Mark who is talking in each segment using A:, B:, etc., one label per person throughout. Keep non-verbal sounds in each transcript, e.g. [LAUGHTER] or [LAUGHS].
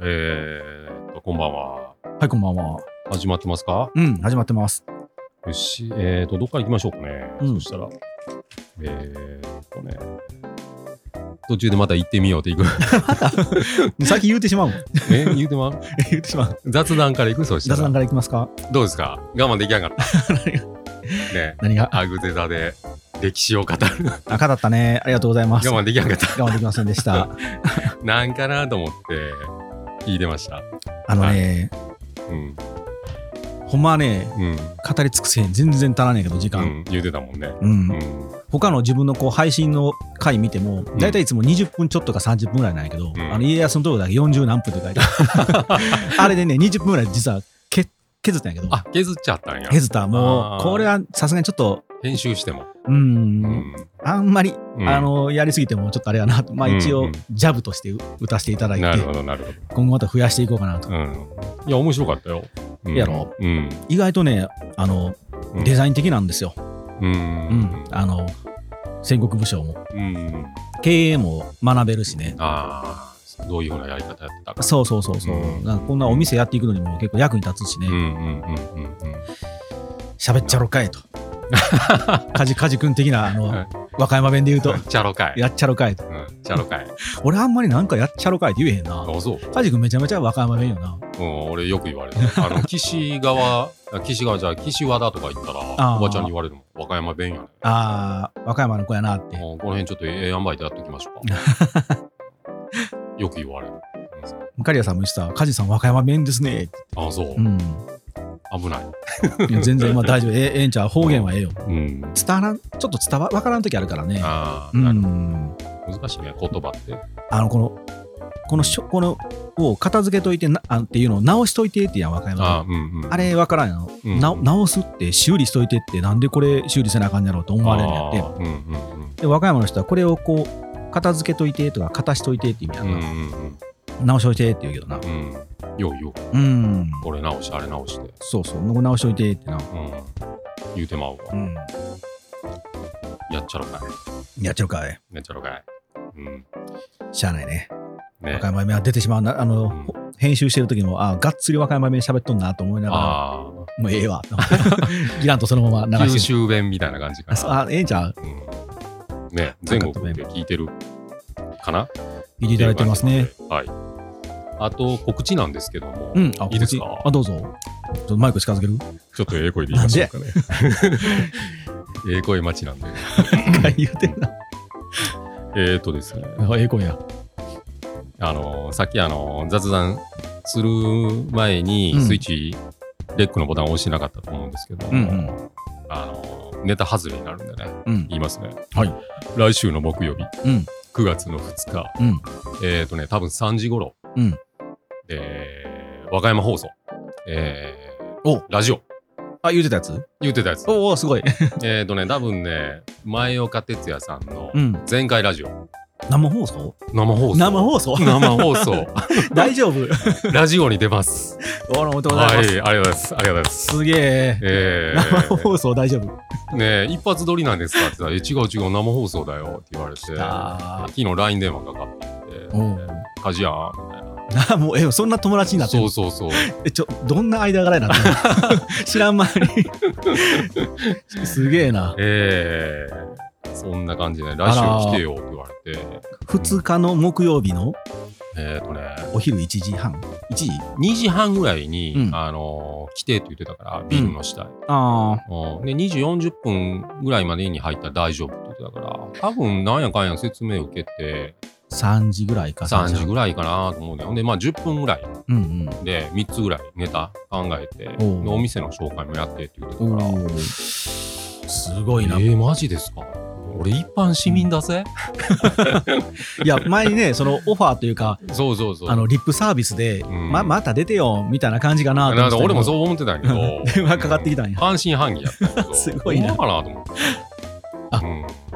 A: えー、こんばんは。
B: はい、こんばんは。
A: 始まってますか
B: うん、始まって [LAUGHS] ます。
A: よし。えーと、どっから行きましょうかね。
B: うん
A: そしたら、えーとね、途中でまた行ってみようって行く。
B: 先言うてしまうもん。
A: [LAUGHS] え言うてまう
B: 言うてしまう。
A: 雑談から行くそした
B: 雑
A: ら
B: 談。からいきますか。
A: どうですか我慢できなかった。 [LAUGHS] ね
B: 何が
A: アグゼザで歴史を語る。 [LAUGHS]
B: あ、語ったね。ありがとうございます。
A: 我慢できなかった。
B: 我慢できませんでした。 [LAUGHS]
A: なんかなと思って聞いてました。
B: あのね、
A: うん。
B: ほんまはね、
A: うん。
B: 語り尽くせへん。全然足らねえけど、時
A: う
B: 間。
A: ん、言うてたもんね。
B: う。
A: うんん。
B: 他の自分のこう配信の回見ても、
A: ん
B: だいたいいつも20分ちょっとか30分ぐらいなんやけど、
A: ん
B: あの家康のところだけ40何分って書いてあ [LAUGHS] るあれでね、20分ぐらい実はけ削ったんやけど、
A: あ、削っちゃったんや。
B: 削った。も
A: あ
B: う、
A: ー
B: これはさすがにちょっと、
A: 編集しても。
B: う、
A: うんん。
B: あんまり
A: うん
B: あのやりすぎてもちょっとあれやなと、まあ、
A: うん
B: 一
A: う
B: 応
A: ん
B: ジャブとして打たせていただいて、
A: なるほど、なるほ
B: 今後また増やしていこうかなと、
A: ど。うん。いや、面白かったよ。うん
B: やろ
A: うん。
B: 意外とねあの
A: うん
B: デザイン的なんですよ、
A: う
B: うん
A: ん。
B: あの戦国武将も
A: うん。
B: 経営も学べるしね
A: ああ、どういうふうなやり方やったか。
B: そうそうそうそう、
A: うん
B: なんかこんなお店やっていくのにも結構役に立つしね
A: うんうんうんうんうん。
B: 喋、っちゃ
A: [LAUGHS]
B: ろかいとカジカジ君的なあの、
A: はい
B: 和歌山弁で言うと
A: チャロかい。
B: やっちゃろかいと
A: うん、チャロかい。
B: 俺あんまりなんかやっちゃろかいって言えへんな
A: あ、そう。
B: カジ君めちゃめちゃ和歌山弁よな
A: うん、俺よく言わ
B: [LAUGHS]
A: れる。あの、岸川、あ岸川じゃあ岸和田とか行ったら、
B: あー
A: おばちゃんに言われるもん。和歌山弁やね。
B: あー和歌山の子やなって
A: もうこの辺ちょっとええ塩梅でやっておきましょう
B: [LAUGHS]
A: か。よく言われる。
B: カリアさんも言ってた、カジさん和歌山弁ですね。
A: あ、そう
B: う。ん。
A: 危ない。
B: いや全然、まあ大丈夫。ええええんちゃう方言はええよ。
A: うん。
B: 伝わらん、ちょっと伝わ、わからん時あるからね。
A: ああ、
B: う
A: なるほ
B: ん。
A: ど難しいね、言葉って。
B: あの、この、このしょ、この、を片付けといてな、あっていうのを直しといてってやん、和歌
A: あ
B: 山
A: ーうんう
B: 弁。
A: ん。
B: あれわからんやろ、
A: うん
B: な直すって修理しといてってなんでこれ修理せなあかんやろうと思われるんや
A: あ
B: っ
A: ーうんうんうん
B: てで和歌山の人はこれをこう片付けといてとか片しといてって意味や
A: うんう
B: な、
A: ん
B: 直しといてって言うけどな
A: うんうん。ようよう、
B: うん
A: これ直し、あれ直して。
B: そうそう直しといてってな
A: うん。言うてまうわ
B: う。ん
A: やっちゃろか
B: やっちゃうかい
A: い。やっちゃろかい。うん。
B: しゃあないね和
A: ね
B: 歌。山弁は出てしまうなあの、
A: うん
B: 編集してる時もあがっつり和歌山弁喋っとんなと思いながら
A: あ
B: もうええわ [LAUGHS] と思っていらんとそのま
A: あ、
B: ま流
A: 九
B: して
A: 州弁みたいな感じか
B: あそう
A: な。
B: あええんちゃう
A: うんね、全国で聞いてるかな
B: 見ていただいてますね。
A: はい。あと、告知なんですけども、
B: うんあ
A: いいです
B: こっ
A: か
B: ちあどうぞちょっとマイク近
A: [LAUGHS]
B: づける
A: ちょっとええ声で言いましょうかね。 [LAUGHS] ええ声待ちなんで。
B: 言うてるな
A: えー、っとですね、
B: あええ声や
A: あの、さっきあの、雑談する前
B: う
A: に
B: ん
A: スイッチ、レックのボタンを押してなかったと思うんですけど、
B: うんう
A: あの、ネタ外れになるんでね、
B: うん
A: 言いますね。
B: はい
A: 来週の木曜日、
B: うん
A: 9月の2日、
B: うん
A: えー、とね、多分3時頃、
B: うん
A: えー和歌山放送、えー
B: お
A: ラジオ、
B: あ言うてたやつ
A: 言ってたやつ。
B: おおすごい
A: えー、とね、多分ね、前岡哲也さんの
B: [LAUGHS] うん
A: 前回ラジオ、
B: 生放送
A: 生放送。
B: 生放送
A: 生放送
B: [LAUGHS] 大丈夫
A: [LAUGHS] ラジオに出ます。
B: おおめでとうご
A: は
B: ざい
A: い、あ
B: ま
A: りがとうござい
B: す、
A: ます。ありがとうございます。
B: すげえ
A: え
B: 生放送大丈夫、
A: ー、ねえ一発撮りなんですかって言ったら、え違う違う、生放送だよって言われて、
B: あ
A: 昨日 LINE 電話かかってきて、
B: おう
A: カジやんみたいな。
B: ーもうえそんな友達になってる
A: そうそうそう。
B: えちょどんな間柄やなって [LAUGHS] 知らん間にすげえな
A: ええそんな感じで、来週来てよって言われて、
B: 2日の木曜日の
A: えっ、とね、
B: お昼1時半1時
A: 2時半ぐらいに、
B: うん
A: あのー来てって言ってたから、ビルの下に、
B: ああ
A: うんで、2時40分ぐらいまでに入ったら大丈夫って言ってたから、多分なんやかんや説明受けて、
B: 3時ぐらいか
A: 3時
B: ぐ
A: ぐらいかなと思うね。ほんで、まあ10分ぐらい
B: らいうん
A: で、3つぐらいネタ考えて、で
B: おう
A: お店の紹介もやってって言ってた
B: う
A: か
B: ん
A: ら、
B: おおすごいな、
A: えー、マジですか俺一般市民だぜ、
B: いや前にねそのオファーというか
A: そうそうそう。
B: あのリップサービスで、
A: うん
B: ままた出てよみたいな感じかなと思
A: なん
B: っ
A: か
B: てたけど
A: 俺もそう思ってたんやけど
B: [LAUGHS] 電話かかってきたんや
A: 半信半疑やったんやけど
B: [LAUGHS] すごいな
A: ほんまかなと思って
B: あ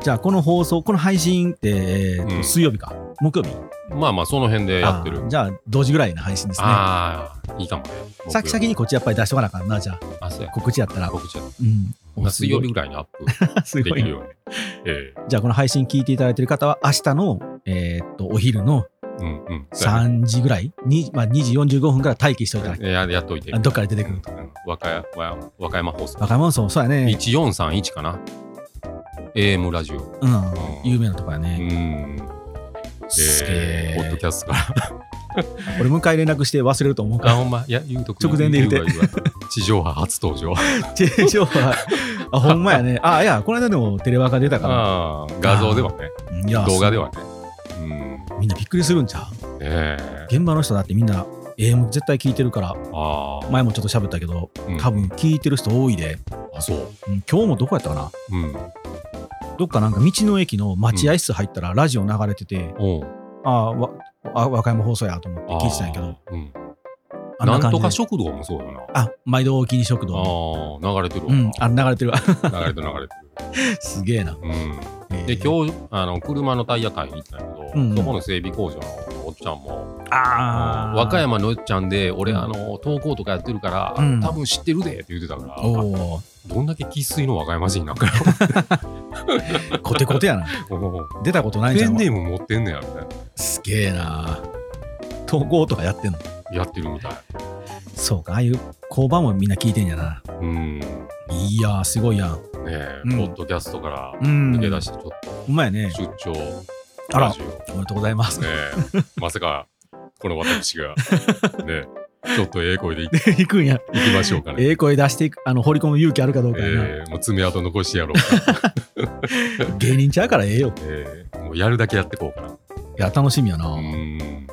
B: じゃあこの放送この配信って、えーと
A: うん
B: 水曜日か木曜日
A: うん、まあまあその辺でやってる
B: あーじゃあ同時ぐらいの配信ですね
A: ああいいかもね
B: 先先
A: に
B: にこっちやっぱり出しとかなあかんなじゃあ
A: あそうや
B: 告知やったら
A: 告知や
B: うん
A: 水曜日ぐらいにアップ
B: [LAUGHS] す
A: で
B: ご
A: き
B: い
A: るようにええ
B: じゃあこの配信聞いていただいている方は明日の、えーっとお昼の
A: うんうん。
B: 3時ぐらいに、まあ、2時45分から待機しておいたら、
A: ややっといて
B: あ。どっから出てくると。
A: うんうん和歌山和和歌山放送。
B: 若者そう、そうやね。
A: 1431かな。AM ラジオ。
B: うん
A: ん。
B: 有名なとこや
A: う
B: ね。
A: ん。
B: すげ
A: えーポッド
B: え。
A: キャストから。
B: 俺、もう一回連絡して忘れると思う
A: あ、
B: か
A: ほんま、いや、言うとく
B: 直前で言うて
A: わわ地上波初登
B: [LAUGHS]
A: 場。
B: ら。地上波。あ、ほんまや
A: [LAUGHS]
B: ね。あ、いや、この間でもテレワーカ出たか
A: ああ、画像ではね。
B: ら。いや
A: 動画で。は
B: す
A: ね。うん。
B: ごいみんなびっくりするんちゃう
A: ええ
B: 現場の人だってみんな、AM 絶対聞いてるから、
A: ああ。
B: 前もちょっと喋ったけど、
A: うん
B: 多分聞いてる人多いで、
A: あ、そう。
B: うん今日もどこやったかな
A: うん。
B: どっかなんか道の駅の待合室入ったらラジオ流れてて、
A: おう
B: ああわあ和歌山放送やと思って聞いてたんやけど、
A: あーうん。
B: あ
A: な
B: 感
A: んと
B: じで
A: か食堂もそうよな。
B: あ毎度お気に食堂
A: ああ、流れてるわ
B: う
A: な。
B: んあ流れてるわ [LAUGHS]
A: 流れてる流れて
B: すげえな、
A: る。うん。
B: えー
A: で今日あの車のタイヤ買いに行ったんやけど、
B: うんうん
A: そこの整備工場のおっちゃんも
B: ああ
A: 和歌山のおっちゃんで俺、
B: うん
A: あの投稿とかやってるから、
B: うん
A: 多分知ってるでって言ってたから、
B: おお
A: どんだけ生粋の和歌山人なんかよ
B: コテコテやな [LAUGHS]
A: おう
B: 出たことないんじ
A: ペ
B: ゃ
A: ン
B: ん
A: ネーム持ってんねやみたい
B: すげえな投稿とかやってんの
A: なやってるみたい
B: そうかああいう交番もみんな聞いてんやな
A: うんね
B: いやーすごいやん
A: え、
B: うん
A: ポッドキャストから
B: うん
A: 抜け出してちょっ
B: ほんまやね
A: と出張
B: あら
A: ラジオ、
B: おめでとうございます [LAUGHS]
A: ねえまさかこの私がねえちょっとええ声でい
B: 行くんや
A: いきましょうかね
B: [LAUGHS] ええ声出していくあの掘り込む勇気あるかどうかやな、
A: ええもう爪痕残してやろうか
B: 芸人ちゃうからええよ
A: えーもうやるだけやってこうかな。
B: いや楽しみやな、
A: うーん。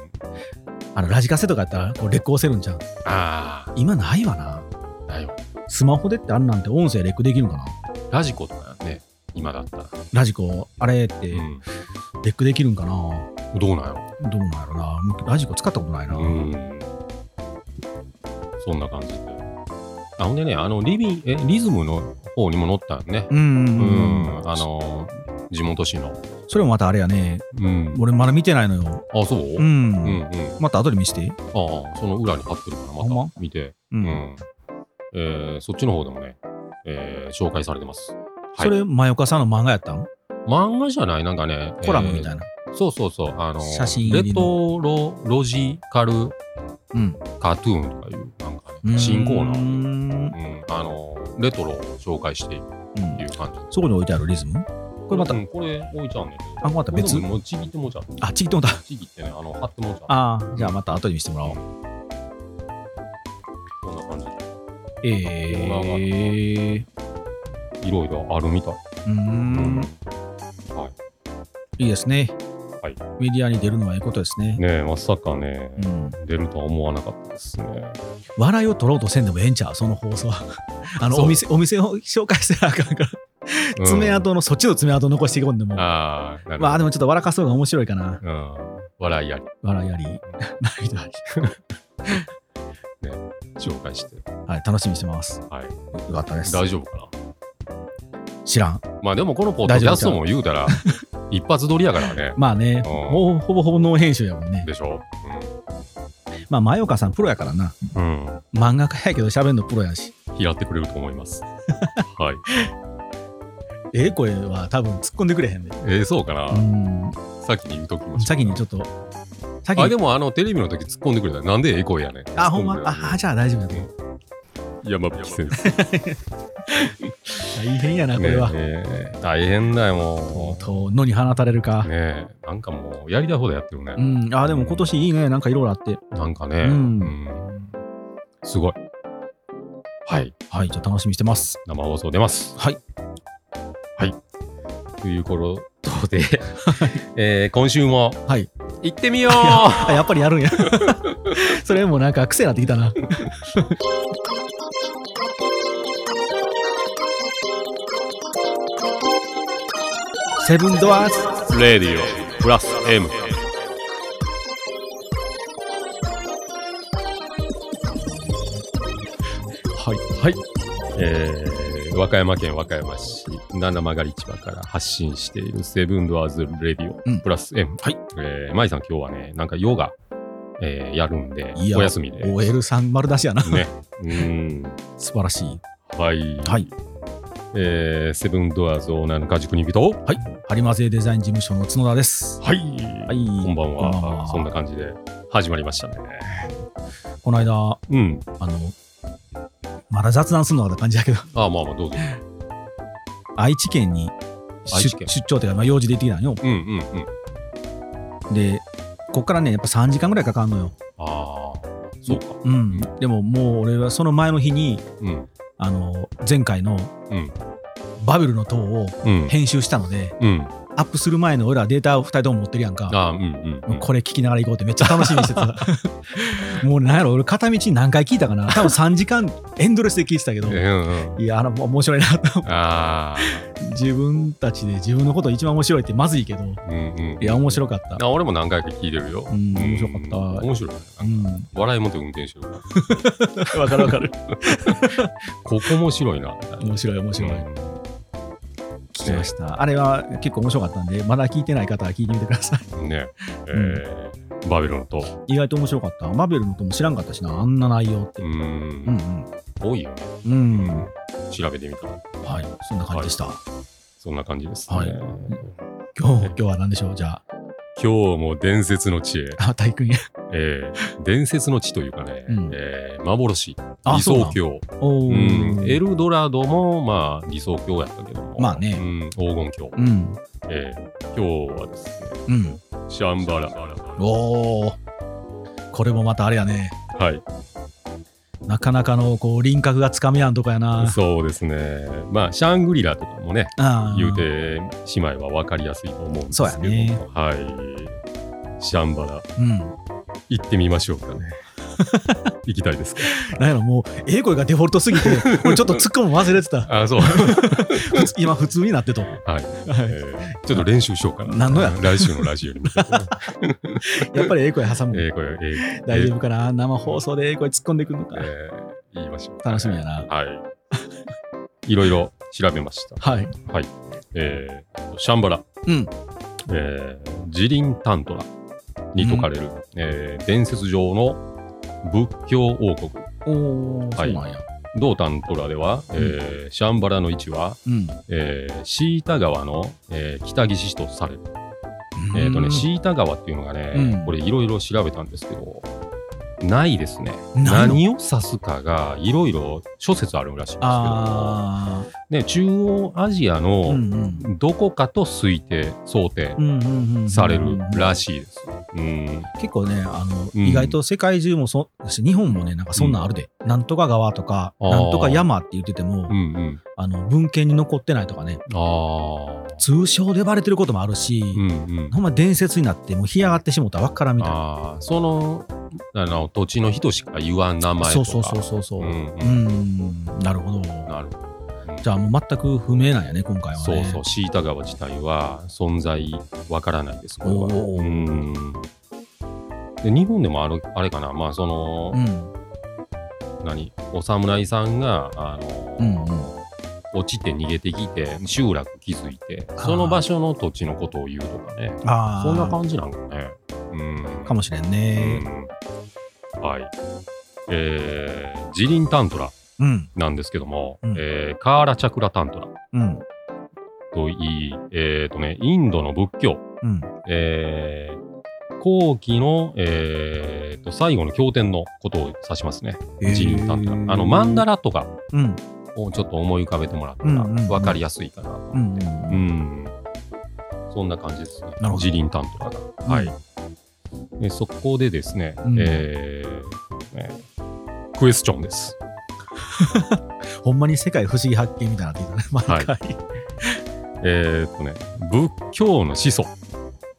B: あのラジカセとかやったらこうレコーせるんちゃう
A: あ
B: 今ないわな
A: あ、だよ。
B: スマホでってあんなんて音声レックできるんかな
A: ラジコとかね、今だったら。
B: ラジコあれってレ
A: うん。
B: ックできるんかな、
A: どうなんや
B: どうなんやろなもうラジコ使ったことないな、
A: ろ。うん。そんな感じで。あ、ほんでね、あの、リビン、え、リズムの方にも乗ったよね。
B: うん
A: う
B: うんう
A: ん。
B: ん
A: あのー、地元市の。
B: それもまたあれやね
A: うん。
B: 俺まだ見てないのよ
A: あ、そう
B: う、
A: うんんうん。あ
B: また後で見して
A: あ、その裏に貼ってるから、
B: ほん
A: ま
B: ま
A: た見て。
B: う、
A: うんん。えーそっちの方でもね、えー紹介されてます。
B: それ前岡さんの漫画やったん
A: 漫画じゃないなんかね、
B: コラムみた
A: な
B: いな、
A: そうそうそう、あの、
B: 写真入
A: レ
B: り
A: トロロジカル
B: うん
A: カトゥーンとかいう、なんか
B: う
A: ね、
B: ん
A: 新コーナ
B: う
A: ー、
B: ん
A: うん、あの、レトロを紹介していくっていう感じ。
B: そこに置いてあるリズムこれまた
A: うんこれ置いちゃうんだけど。
B: あまた別
A: これでももうちぎってもうちゃう。
B: あちぎってもうた
A: ちぎってね、あの、貼ってもうちゃう。
B: ああじゃあまた後で見してもらおう
A: こんな感じで
B: え
A: ーいろいろあるみたい。
B: うーんいいですね、
A: はい
B: メディアに出るのはいいことですね、
A: ねえ、まさかね、
B: うん、
A: 出るとは思わなかったですね。
B: 笑いを取ろうとせんでもええんちゃうその放送は [LAUGHS] あの
A: そう
B: お店お店を紹介したらあかんから、
A: うん
B: 爪痕のそっちの爪痕残していこんでも
A: ああ、なるほど。
B: まあでもちょっと笑かそうが面白いかな
A: うん、笑いあり、
B: 笑いあり [LAUGHS]
A: [LAUGHS]
B: 涙あり
A: 紹介して。
B: はい楽しみにしてます
A: はい。
B: よかったです
A: 大丈夫かな
B: 知らん
A: まあでもこのポッドキャストも言うたら [LAUGHS] 一発撮りやからね。
B: まあね
A: うん
B: もうほぼほぼノー編集やもんね
A: でしょ、
B: まあ前岡さんプロやからな
A: うん、うん。
B: 漫画家やけど喋んのプロやし
A: 拾ってくれると思い
B: [LAUGHS]
A: ます。はい。
B: ええ声は多分突っ込んでくれへんで、ね、
A: えー、そうかな、
B: う
A: 先に言うときま
B: ん
A: しょう
B: 先にちょっと先
A: あ、
B: に
A: でもあのテレビの時突っ込んでくれたらなんでええ声やねん。
B: あほんま
A: 突っ込でくれた
B: ああじゃあ大丈夫だと思う
A: 山吹先生。
B: 大変や [LAUGHS] な、これは。
A: ねえ大変だよ、
B: と
A: も
B: うとう野に放たれるか
A: う。。ねえ、なんかもうやりたいほどやってるね
B: う。ん、あーでも今年いいね、なんかいろいろあって。
A: なんかね、
B: うん
A: うんすごい。はい。
B: はい、じゃあ楽しみにしてます。
A: 生放送出ます。
B: はい。
A: ということで、えー今週も、
B: はい
A: 行ってみよう
B: あやっぱりやるんや。 [LAUGHS] それもうなんか癖になってきたな。セブンドアーズ
A: レディオプラス M
B: はい、はい。
A: えー和歌山県和歌山市七曲市場から発信しているセブンドアーズレディ
B: うん
A: オプラス M、
B: はい
A: えー、舞さん今日はねなんかヨガ、えーやるんで
B: いや
A: お休みで
B: OL さん丸出しやな。
A: ねうん
B: 素晴らしい。
A: はい、
B: はい。
A: えーセブンドアーズオーナーの家畜に人は
B: ハリマゼデザイン事務所の角田です。
A: い、
B: はい、
A: こんばんは
B: こんばんは
A: そんな感じで始まりましたね
B: この間、
A: うん
B: あの、まだ雑談するのかな感じだけど、
A: ああまあまあどうぞ
B: 愛知県に
A: 愛
B: 出
A: 知県
B: 出張というか、まあ、用事で行ってきたのよ。
A: うんうんうん
B: で、こっからね、やっぱ3時間ぐらいかかんのよ。
A: ああそうか
B: うん。でももう俺はその前の日に、
A: うん
B: あの、前回の
A: うん
B: バビルの塔を
A: うん
B: 編集したので、
A: うん
B: アップする前の俺らデータを2人とも持ってるやんか。
A: ああうんうんうん
B: これ聞きながら行こうってめっちゃ楽しみにし
A: [LAUGHS]
B: てた。もうなんやろ、俺片道何回聞いたかな。多分3時間エンドレスで聞いてたけど。
A: うんうん
B: いや、あの、もう面白いなと。
A: あ
B: 自分たちで自分のこと一番面白いってまずいけど。
A: あうんうん
B: いや、面白かった。
A: あ俺も何回か聞いてるよ
B: うん面白かった
A: うん面白いね [LAUGHS]
B: うん。
A: 笑いもって運転しろ
B: わかるわかる。
A: ここ面白いなみたいな
B: 面白い面白い。
A: うん
B: 聞きました。あれは結構面白かったんで、まだ聞いてない方は聞いてみてください。
A: ねえーバビロンと
B: [LAUGHS] 意外と面白かった。マベルのことも知らんかったしな、あんな内容って。
A: う
B: うんん
A: 多いよね
B: うん。うん。
A: 調べてみたら
B: はい。そんな感じでした。
A: そんな感じです
B: は
A: ね
B: い
A: 今
B: 今日、今日は何でしょうじゃあ
A: 日も伝説の地へ
B: あ、 [LAUGHS] 大君。
A: えー伝説の地というかね
B: うん
A: えー幻
B: あ、
A: 理
B: そう
A: 想
B: なん。
A: 郷
B: お
A: う
B: ー
A: んエルドラドもまあ理想郷やったけども
B: まあね
A: うん黄金郷
B: うん。
A: えー今日はですね
B: うん。
A: シャンバラ
B: おお。これもまたあれやね。
A: はい
B: なかなかのこう輪郭がつかみ合うとこやな。
A: そうですね。まあ、シャングリラとかもね、
B: あー
A: 言うてしまえば分かりやすいと思うんですけど
B: そうやね
A: はい。シャンバラ、
B: うん。
A: 行ってみましょう
B: [LAUGHS]
A: かね。行きたいですか。
B: なんやろ、もう、ええ声がデフォルトすぎ [LAUGHS] て、俺ちょっと突っ込むの忘れてた。 [LAUGHS]
A: あ、そう。
B: 普通今、普通になってと。
A: はい。え
B: はい
A: ーちょっと練習しようかな。
B: なんのや
A: 来週のラジオに向
B: [LAUGHS]
A: けて。
B: やっぱりええ声挟む。
A: えーこれ、えー
B: 大丈夫かな生放送でええ声突っ込んでくるのか
A: え。ー言いましょう。
B: 楽しみやな
A: はい。いろいろ調べました。
B: はい。
A: はい。えーシャンバラ、
B: うん。
A: えージリンタントラに説かれる、えー伝説上の仏教王国
B: おー、
A: はい
B: そうなんや。
A: 同タントラでは、えーシャンバラの位置は、
B: うん。
A: えー、シータ川の、えー北岸市とされる、えーと
B: う
A: ね、
B: ん
A: シータ川っていうのがね、
B: うん
A: これいろいろ調べたんですけどないですね
B: ないの
A: 何を指すかがいろいろ諸説あるらしいんですけども、
B: あー
A: ね、中央アジア
B: う
A: の
B: んうん
A: どこかと推定想定
B: うんうんうん
A: されるらしいです。うん、
B: 結構ねあの、
A: うん
B: 意外と世界中もそだし日本もねなんかそんなんあるで、なんとか川とか
A: あー
B: なんとか山って言ってても、
A: うん、うん。
B: あの文献に残ってないとかね
A: ああ。
B: 通称で呼ばれてることもあるし、
A: うんうん。
B: ほんま伝説になってもう干上がってしもうたらわっからんみたいな
A: ああ、その、あの、土地の人しか言わん名前と
B: そ
A: か。
B: うそうそうそうそうううん
A: うん
B: んなるほど
A: なるほど。
B: じゃあもう全く不明なんやね今回はね
A: そうそう、シータ川自体は存在わからないです、これは。
B: おー
A: うん。で、日本でもある、あれかな、まあ、その、
B: ん
A: 何、お侍さんが、あの、
B: うんうん
A: 落ちて逃げてきて集落築いて
B: ー
A: その場所の土地のことを言うとかね
B: ああ
A: そんな感じなんかねうん
B: かもしれんね
A: うんはい。えー、ジリンタントラ
B: うん
A: なんですけども、
B: うん
A: えーカーラチャクラタントラ
B: うん
A: といい、えーとね、インドの仏教、
B: うん
A: えー後期の、えーと最後の経典のことを指しますね、ジリンタントラ。あの、マンダ
B: ラ
A: ラとか
B: うん
A: をちょっと思い浮かべてもらった
B: うん
A: ら
B: うんうん
A: 分かりやすいかなと
B: う
A: 思
B: ん
A: っ
B: う
A: て。
B: ん
A: うん、そんな感じですね
B: なるほど
A: ジリンタントラが。はい。でそこでですね、
B: うん
A: えーねクエスチョンです。
B: ほんまに世界不思議発見みたいになってきたね、毎回。
A: えーっとね、仏教の始祖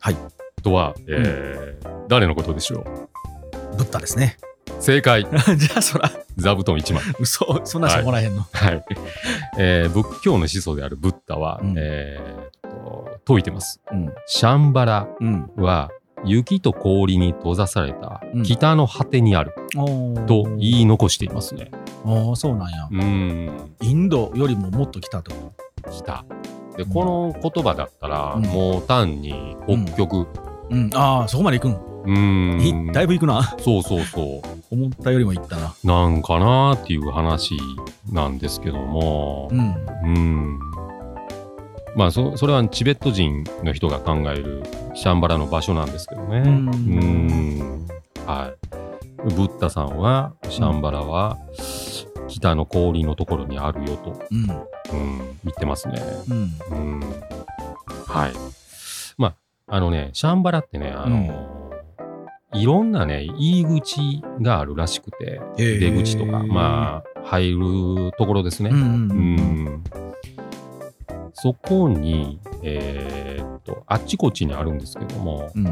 B: はい
A: とは、えー誰のことでしょう
B: ブッダですね。 [LAUGHS]
A: 正解、
B: じゃあ、そら、
A: 座布団1枚。
B: 嘘、そんなんしてもらえへんの。
A: はいえー仏教の始祖であるブッダは、
B: うん
A: えーっと説いてます。
B: うん。
A: シャンバラ
B: うん。
A: は雪と氷に閉ざされた
B: うん
A: 北の果てにある
B: おー
A: と言い残していますね。
B: おーそうなんや。
A: うん
B: インドよりももっと来たと思
A: 北でこの言葉だったら、
B: うん
A: もう単に北極、
B: う。うん。ああ、そこまで行くん。
A: うん。
B: いだいぶ行くな
A: そうそうそ
B: 思ったよりも行ったな
A: う。なんかなーっていう話なんですけども
B: う。ん
A: うん。まあそ、それはチベット人の人が考えるシャンバラの場所なんですけどね。
B: うん
A: うんはい。ブッダさんは、シャンバラは、北の氷のところにあるよと、
B: うん
A: うん、言ってますね。
B: うん
A: うん。はい。まあ、あのね、シャンバラってね、あの、いろんなね、入り口があるらしくて、出口とか、まあ、入るところですね。
B: うんうんう
A: うんんそこに、えーっと、あっちこっちにあるんですけども、
B: うん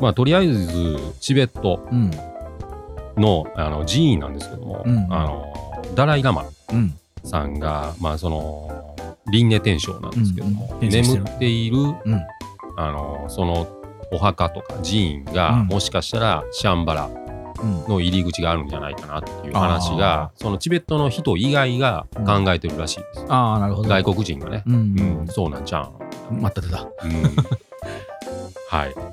A: まあ、とりあえず、チベット
B: うん
A: のあの寺院なんですけども、
B: うん
A: あのダライ・ラマ
B: うん
A: さんが、まあ、その、輪廻転生なんですけども、
B: うんうん転生して
A: 眠
B: る
A: っている、
B: うん
A: あの、その、お墓とか寺院が、
B: うん
A: もしかしたらシャンバラ
B: うん
A: の入り口があるんじゃないかなっていう話が、そのチベットの人以外が考えてるらしいです。
B: ああなるほど
A: 外国人がね。
B: うん
A: うん、そうなんじゃん。
B: 待ってた
A: うん、 [LAUGHS] はい。だか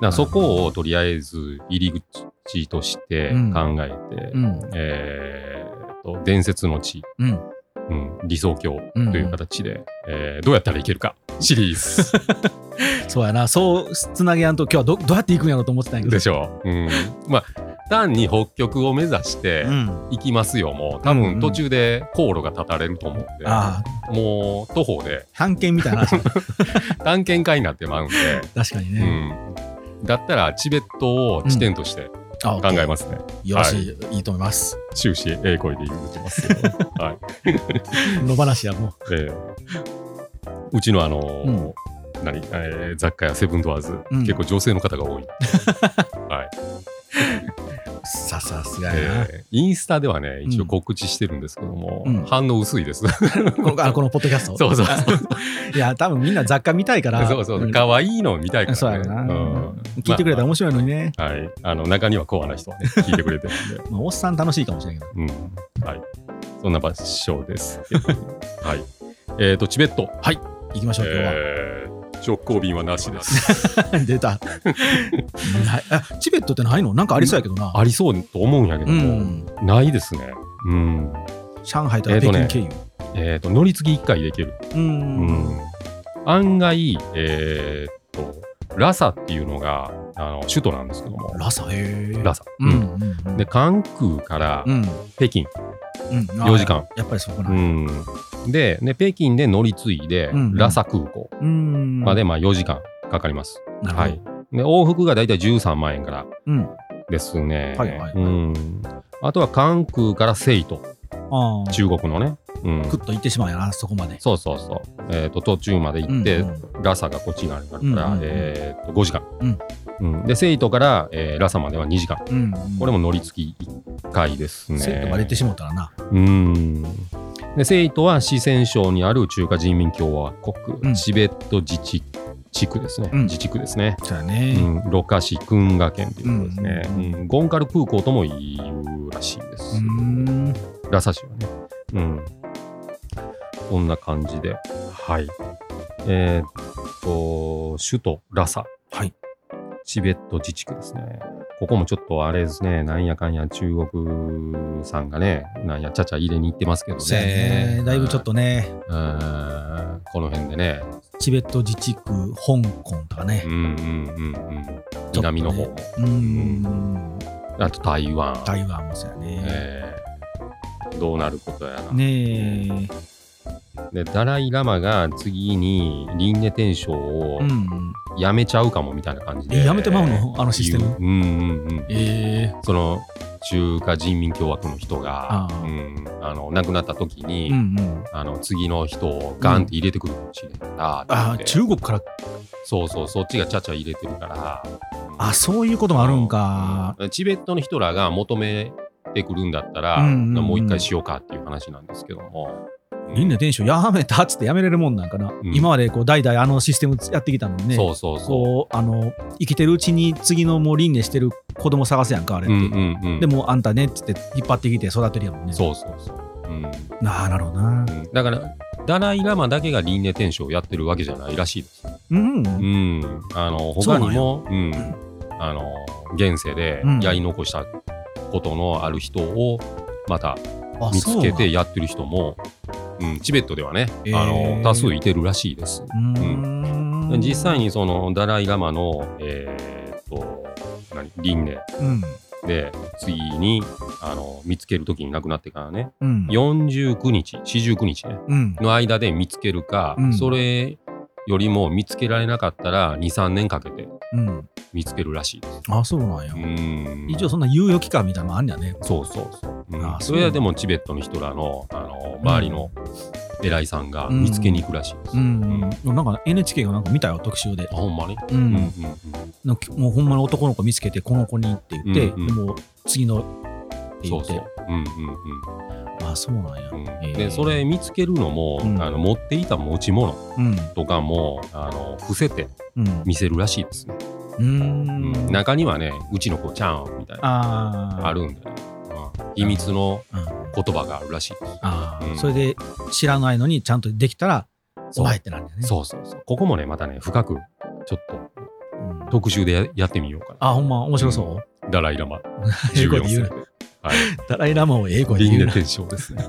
A: らそこをとりあえず入り口として考えて、
B: うん
A: えーと伝説の地、
B: うん
A: うん、理想郷という形で、えーどうやったらいけるかシリー
B: そうやなそうつなげやんと今日はどどうやって行くんやろうと思ってたんや
A: ズ
B: けど
A: でしょ
B: [LAUGHS]
A: う。うん、まあ単に北極を目指して
B: うん
A: 行きますよもう多分途中で航路が断たれると思うんで、
B: ああ
A: もう徒歩で
B: 探検みたいな話確
A: 探検会になってまうんで。
B: かに
A: う
B: [LAUGHS] ね
A: ん、だったらチベットを地点として
B: あ
A: 考えますね。
B: よろしいいいと思います
A: 終始ええ声で言うてますよ。はい
B: [LAUGHS] 野放しやも
A: えーうちのあのー何、えー雑貨屋セブンドアーズ、
B: うん
A: 結構女性の方が多い。はい、
B: うささすがやな
A: えーインスタではね一応告知してるんですけども、
B: うん
A: 反応薄いです。
B: このあこのポッドキャス
A: [LAUGHS]
B: ト
A: そうそうそう
B: [LAUGHS] いや多分みんな雑貨見たいから
A: そうそ
B: ん
A: う可愛いの見たい
B: そう
A: か
B: や
A: ら
B: ろ
A: ね。
B: な、
A: うん
B: 聞いてくれたら面白いのにね、
A: まあはい、あの中にはコアな人はね聞いてくれてるんで。
B: [LAUGHS] まあ、おっさん楽しいかもしれんけど
A: うん、はい。そんな場所です。 [LAUGHS] はい。えっ、と、チベット。はい。
B: 行きましょう今日は、
A: えー、直行便はなし
B: [LAUGHS]
A: です。
B: 出たないあチベットってないのなんかありそうやけどな
A: ありそうと思うんやけど
B: う
A: も、
B: ん
A: ないですね。うん。
B: 上海とか北京経由、
A: えっ、と、乗り継ぎ1回で行ける。
B: う
A: うんん。案外、えっ、と、ラサっていうのが、あの、首都なんですけども。
B: ラサへえ
A: ラサ。
B: うんうんうん
A: で、関空から
B: うん
A: 北京、
B: うんあ
A: 4時間。
B: やっぱりそうか
A: う。
B: なん
A: で、ね、北京で乗り継いで、
B: うん
A: ラサ空港
B: うん
A: まで、まあ、4時間かかります。
B: なるほ
A: は
B: ど
A: い、で往復がだいたい13万円から
B: うん
A: ですね。
B: はいはい
A: うん、あとは関空から成都、
B: ああ
A: 中国のね。うん、
B: クッと行ってしまうんやなそこまで
A: そうそうそう、えーと。途中まで行って、
B: うんうん
A: ラサがこっち側になるから、
B: うんうんうん
A: えーと5時間、
B: うん
A: うんで、成都から、えーラサまでは2時間。
B: うん
A: これ
B: も
A: も乗り継ぎ1回ですね。
B: セットまで行ってしまったらな
A: うんで成都は四川省にある中華人民共和国、
B: うん
A: チベット自治地区ですね。
B: うん
A: 自治区ですね。
B: そうやね
A: うん、ロカ市群馬県ということですね、
B: う
A: うんんゴンカル空港とも言うらしいです、
B: うん
A: ラサ市はね、うん、こんな感じではいえーっと首都ラサ
B: はい
A: チベット自治区ですねここもちょっとあれですねなんやかんや中国さんがねなんやちゃちゃ入れに行ってますけど
B: そうや
A: ね
B: ねだいぶちょっとね
A: うんうんこの辺でね
B: チベット自治区香港とかね
A: うんうんうんうん南の方も、
B: うーん
A: あと台湾
B: 台湾もそうやね
A: えーどうなることやな、
B: ね
A: でダライ・ラマが次に輪廻転生を
B: えうん
A: やめちゃうかもみたいな感じで、
B: えやめてまうのあのシステム
A: 言ううんうんうん
B: ええ
A: その中華人民共和国の人が
B: あー
A: うん、あの亡くなった時に、
B: うんうん
A: あの次の人をガンって入れてくるかもしれんから、
B: あ
A: って
B: 中国から
A: そうそうそっちがちゃちゃ入れてるから、うん
B: あそういうこともあるんか
A: うんチベットの人らが求めてくるんだったら、
B: うんうんうん
A: もう一回しようかっていう話なんですけども。うん
B: 輪廻転生やめたっつってやめれるもんなんかな、
A: ん
B: 今までこう代々あのシステムやってきたのにね
A: そうそうそ
B: こうあの生きてるうちに次のもう輪廻してる子供探すやんかあれ
A: う。
B: って、
A: うんうんうん、
B: でもあんたねっつって引っ張ってきて育てるやもんね
A: そうそうそう。うんう、
B: ああなるほどなん
A: だから、ダライ・ラマだけが輪廻転生をやってるわけじゃないらしいです。
B: うん、
A: うん。あの、
B: そ
A: 他
B: うなんや
A: にも、うん。あの現世で
B: うん
A: やり残したことのある人をまた
B: あ
A: 見つけ
B: そう
A: てやってる人も、うん、チベットではね、
B: へー
A: あの多数いてるらしいです。
B: なんうーん
A: 実際にそのダライ・ラマの、えーっと何輪廻
B: うん
A: で次にあの見つける時に亡くなってからね
B: うん
A: 49日49日ね
B: うん
A: の間で見つけるか、
B: うん
A: それよりも見つけられなかったら23年かけて
B: うん
A: 見つけるらしいです。
B: あそうなんや
A: うん
B: 一応そんな猶予期間みたいなのもあんやね
A: そうそうそう、うん
B: あ
A: それはでもチベットの人らのあの
B: うん
A: 周りの偉いさんが見つけに行くらしいです。
B: うんなんか NHK がなんか見たよ特集で
A: あほんまに、
B: う
A: うんうん
B: ん
A: うん
B: なんかもうほんまに男の子見つけてこの子にって言って
A: うんうん
B: でもう次のって
A: そ
B: 言
A: う
B: っ
A: そう
B: て、
A: うん
B: あそうなんや
A: うんうんうん
B: えー
A: でそれ見つけるのも、
B: うん
A: あの持っていた持ち物
B: うん
A: とかもあの伏せて
B: うん
A: 見せるらしいですね、
B: うー
A: うん
B: ん
A: 中にはねうちの子ちゃうんみたいな
B: あー
A: あるんでね、うん秘密の
B: うん
A: 言葉があるらしいです。
B: あー
A: うん
B: それで知らないのにちゃんとできたら
A: そ
B: お
A: う
B: 前ってなんだよね
A: そうそうそう。ここもね、またね、深く、ちょっと
B: うん
A: 特集でややってみようかな。
B: あほんま面白そう
A: ダライ・
B: [LAUGHS]
A: ラマ、
B: 英語
A: 14
B: で言う
A: 世
B: な。
A: はい。
B: [LAUGHS] ダライ・ラマを英語で
A: 輪
B: 言
A: 廻
B: うな
A: 転生ですね。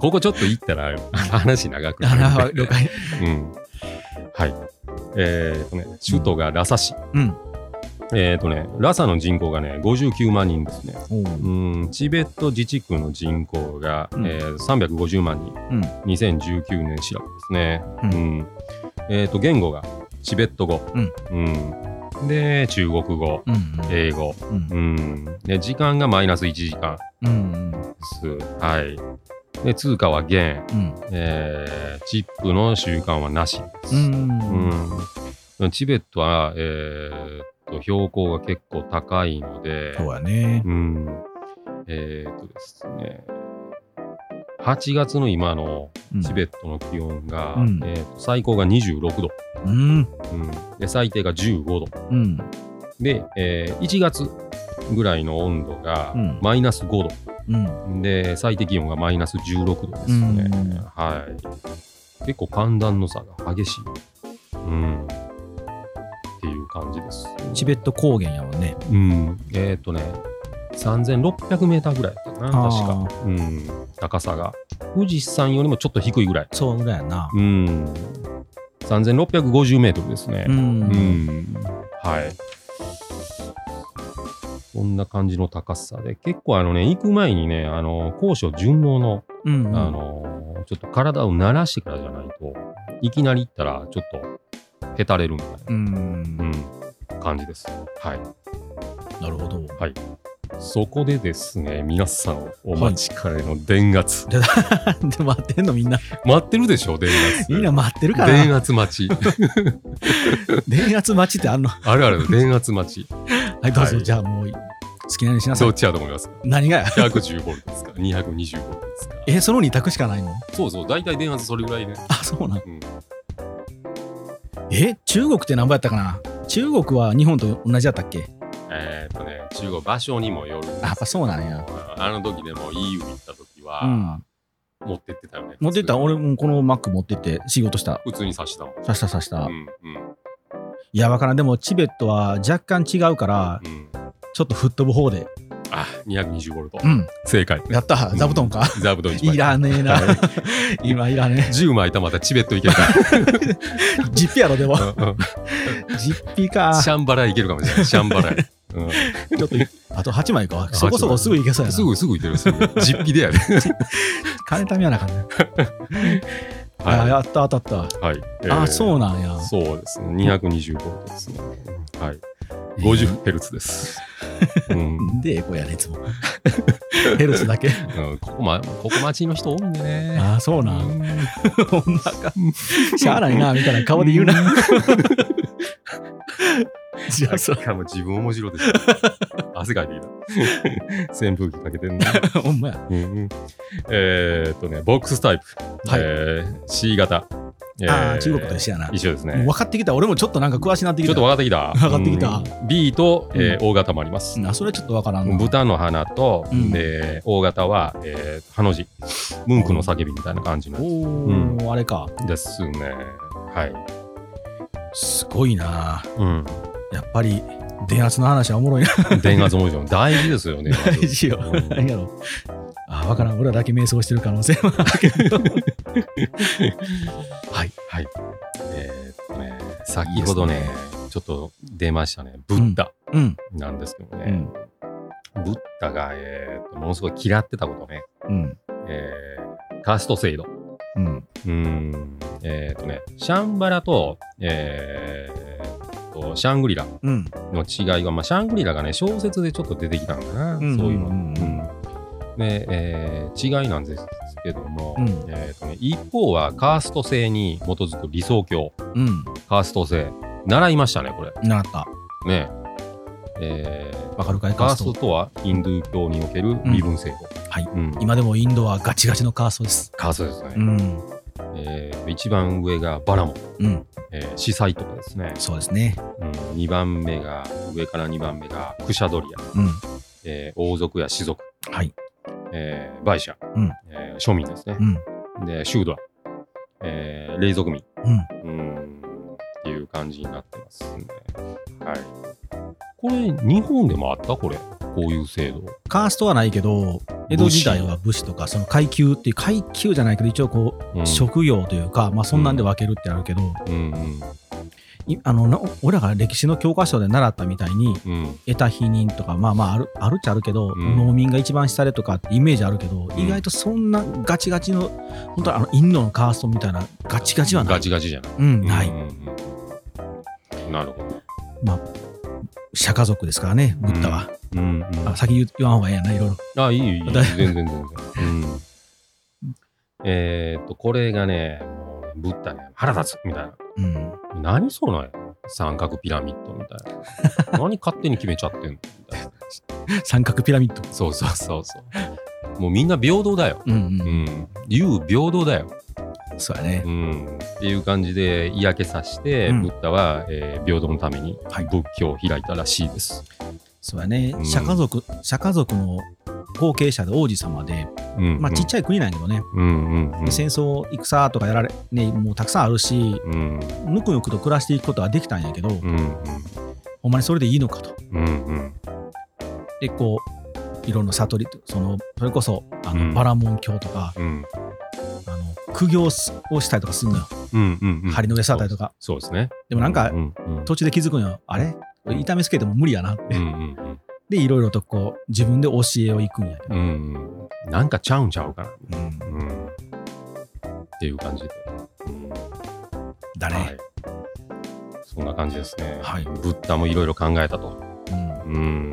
A: ここちょっと行ったら、話長く
B: [LAUGHS] あ
A: な
B: ら
A: るんで
B: 了。解
A: うん。はい。えーとね、首都がラサ市。
B: うん
A: えーとね、ラサの人口がね、59万人ですね。
B: おう
A: うんチベット自治区の人口が、
B: うん
A: えー350万人、
B: うん
A: 2019年調べですね、
B: う
A: うんんえー、と言語がチベット語、
B: うん
A: うんで中国語
B: うん
A: 英語、
B: うん
A: うん、で時間がマイナス1時間
B: うん
A: です、はい、で通貨は元、
B: うん
A: えーチップの習慣はなしです、
B: うん
A: うんチベットは、えーと標高が結構高いので、
B: そうやね
A: うん。えー、っとですね。8月の今のチベットの気温が、
B: うん
A: えーっと最高が26度、
B: うん
A: うんで、最低が15度。
B: うん
A: で、えー1月ぐらいの温度が
B: うん
A: マイナス5
B: う
A: 度。
B: ん
A: で、最低気温がマイナス16度ですね。
B: うん
A: はい。結構寒暖の差が激しい。うん。っていう感じです。
B: チベット高原やもんね
A: うん、えーっ、とね、3600メーターぐらいだったかな、確
B: あ
A: か。うん、高さが。富士山よりもちょっと低いぐらい。
B: そうぐらいやな
A: うん、3650メートルですね
B: う。
A: うんん、はい。こんな感じの高さで、結構あのね、行く前にね、あの、高所順応の、
B: うん
A: あの、ちょっと体を慣らしてからじゃないと、いきなり行ったら、ちょっと、へたれるみたいな、
B: うん
A: うん、感じです。はい。
B: なるほど
A: そこでですね、皆さんお待ちかねの電圧、
B: [LAUGHS] で待ってんのみんな
A: 待ってるでしょ、電圧。
B: みんな待ってるか
A: 電
B: ら
A: 圧待ち。
B: 電圧待ちってあんのは
A: あるある、電圧待ち。
B: [LAUGHS] いどうぞ
A: はい
B: じゃあもう好きなようにしなさ
A: そっ
B: い
A: ちやと思います。
B: 何がや
A: 115ボルトですか、220ボルトですか。
B: えその2択しかないの
A: そうそう、大体電圧それぐらいね。
B: あそうなん
A: うん、
B: え中国って何ぼやったかな中国は日本と同じやったっけ
A: えーっとね、中国場所にもよるんですけど。
B: あやっぱそうなんや
A: あの時でも EU 行った時
B: う
A: は、
B: ん
A: 持ってってたよね。
B: 持ってった
A: 普通に
B: 俺もこのマック持ってって仕事した
A: 普通に刺したもん。
B: さしたさした、
A: うんうん
B: いやわからんでもチベットは若干違うから
A: うん。
B: ちょっと吹っ飛ぶ方で
A: あ、220ボルト。
B: うん
A: 正解。
B: やった座布団か、
A: ザブトン一枚
B: [LAUGHS] いらねえな、
A: [LAUGHS] は
B: [LAUGHS] 今いらね
A: 10枚いたらまたチベット行けるか
B: え実費やろでも
A: ら。うんうん
B: 実費か
A: [LAUGHS] シャンバラいけるかもしれない。シャンバラ。う
B: ちょっとあと8枚か
A: 枚
B: そこそこすぐいけそうや
A: ん、
B: な
A: すぐすぐいってるすぐ実費でやで。
B: 金ためやなあかんね、 [LAUGHS] あ
A: は
B: やった当たっ
A: い。はい
B: た、あそううなんや
A: そうですね。220ボルトですね。はい。50ヘルツです。うんうん
B: でええ子やね
A: [LAUGHS]
B: いつもヘルスだけ
A: ここま、ここ町の人多いんでね。
B: あそうなんほ
A: [LAUGHS]
B: んまかしゃあないなみたいな顔で言うな [LAUGHS] じゃあそ
A: しかも自分面白いでしょ。汗かいてき [LAUGHS] た。扇風機かけてんの。
B: うほんまや
A: うんうんえーっとね、ボックスタイプ。
B: はい
A: えー C 型。え
B: あ
A: ー
B: ー中国と一緒やな。も
A: 一緒ですね。
B: う分かってきた。俺もちょっとなんか詳しなってき
A: ちょ
B: た。
A: っと分かってきた。
B: 分かってきた
A: うん B と、えー
B: う
A: 大型もあります。
B: なそれはちょっと分からんな。
A: 豚の花と、
B: うん
A: で大型は、えー、ハの字。ムンクの叫びみたいな感じなん
B: おお、あれか。
A: ですね。はい。
B: すごいな。
A: うん。
B: やっぱり電圧の話はおもろいな。
A: 電圧もいいじゃん大事です
B: [LAUGHS]
A: よね。
B: 大事よ
A: うん。
B: 何やろう。あ、わからん。俺らだけ迷走してる可能性もあるけど。
A: はい。はい。えーっとね、先ほどね、ちょっと出ましたね、ブッダ
B: うん。
A: なんですけど
B: う
A: ね、
B: ん。
A: ブッダが、えーっとものすごい嫌ってたことね、
B: うん。
A: えーカースト制度。
B: うん。
A: うーん。えーっとね、シャンバラと、えーっとシャングリラ
B: うん。
A: の違いが、まあ、シャングリラがね、小説でちょっと出てきたのかな、
B: うん
A: そういうの。
B: う
A: うんんでえー違いなんですけども、
B: うん
A: えーっとね、一方はカースト制に基づく理想郷。
B: うん。
A: カースト制。習いましたね、これ。
B: なかっ
A: ねえー
B: た。わかるかい
A: カ
B: カ
A: ース
B: ース
A: ト
B: ト。
A: とはインドゥー教における身分制度。
B: はい
A: うん
B: 今でもインドはガチガチのカーストです。
A: カーストですね。
B: うん。
A: えー一番上がバラモン、
B: うん。
A: えー司祭とかですね。
B: そうですね。
A: うん、2番目が、上から2番目がクシャドリア、
B: うん。
A: えー王族や士族、
B: はい。
A: えー、売者、
B: うん
A: えー庶民ですね
B: う。ん。
A: で、シュードラ、えー、霊族民、
B: うん。
A: うん、っていう感じになってますね。はい。これ、日本でもあったこれ。こういう制度。
B: カーストはないけど、江戸時代は武士とか、その階級っていう、階級じゃないけど、一応こう、
A: うん
B: 職業というか、まあそんなんで分けるってあるけど、
A: うんうん
B: いあの、な俺らが歴史の教科書で習ったみたいに、
A: うん
B: 得た否認とか、まあまあある、あるっちゃあるけど、
A: ん
B: 農民が一番下でとかってイメージあるけど、
A: ん
B: 意外とそんなガチガチの、本当あの、インドのカーストみたいな、ガチガチはない。
A: ガチガチじゃない。
B: うん、ない。
A: うんうんうんなるほど。
B: 釈迦族ですからね、ブッダは。
A: うんうん
B: あ先言言わんほうがええやな、いろいろ。
A: あ、いい、いい、全
B: だ
A: 然、全然。うんえーっと、これがね、もうブッダね、腹立つみたいな。
B: うん。
A: 何その三角ピラミッドみたいな。何勝手に決めちゃってんのみたいな。
B: 三角ピラミッド。
A: そうそうそうそう。もうみんな平等だよ。
B: うんう。
A: うんん。言う平等だよ。
B: そうやね
A: う。ん。っていう感じで嫌気さして、
B: うん
A: ブッダは、えー平等のために
B: はい
A: 仏教を開いたらしいです。
B: そうやね
A: う。ん
B: 釈迦族、釈迦族の後継者で王子様で、
A: うん
B: まあちっちゃい国なんやけどね、
A: うんうんうん
B: で戦争、戦とかやられ、ね、もうたくさんあるし、
A: うん
B: ぬくぬくと暮らしていくことはできたんやけど、
A: うん
B: ほんまにそれでいいのかと。
A: うんうん
B: で、こう、いろんな悟り、その、それこそ、あの、
A: うん
B: バラモン教とか、
A: うん
B: あの、苦行をしたりとかするのよ。
A: うんうんうん
B: 針の上触ったりとか。
A: そうですね
B: でもなんか
A: う、んうん
B: 途中で気づくのよ。あれこれ痛めつけても無理やなって。
A: うんうん
B: で、いろいろとこう、自分で教えをいくんやけ
A: う
B: ど。
A: んうんなんかちゃうんちゃうか
B: うん
A: なうんっていう感じでうん
B: だ
A: は
B: ね
A: い。そんな感じですね
B: はい
A: ブッダもいろいろ考えたと
B: うん
A: うん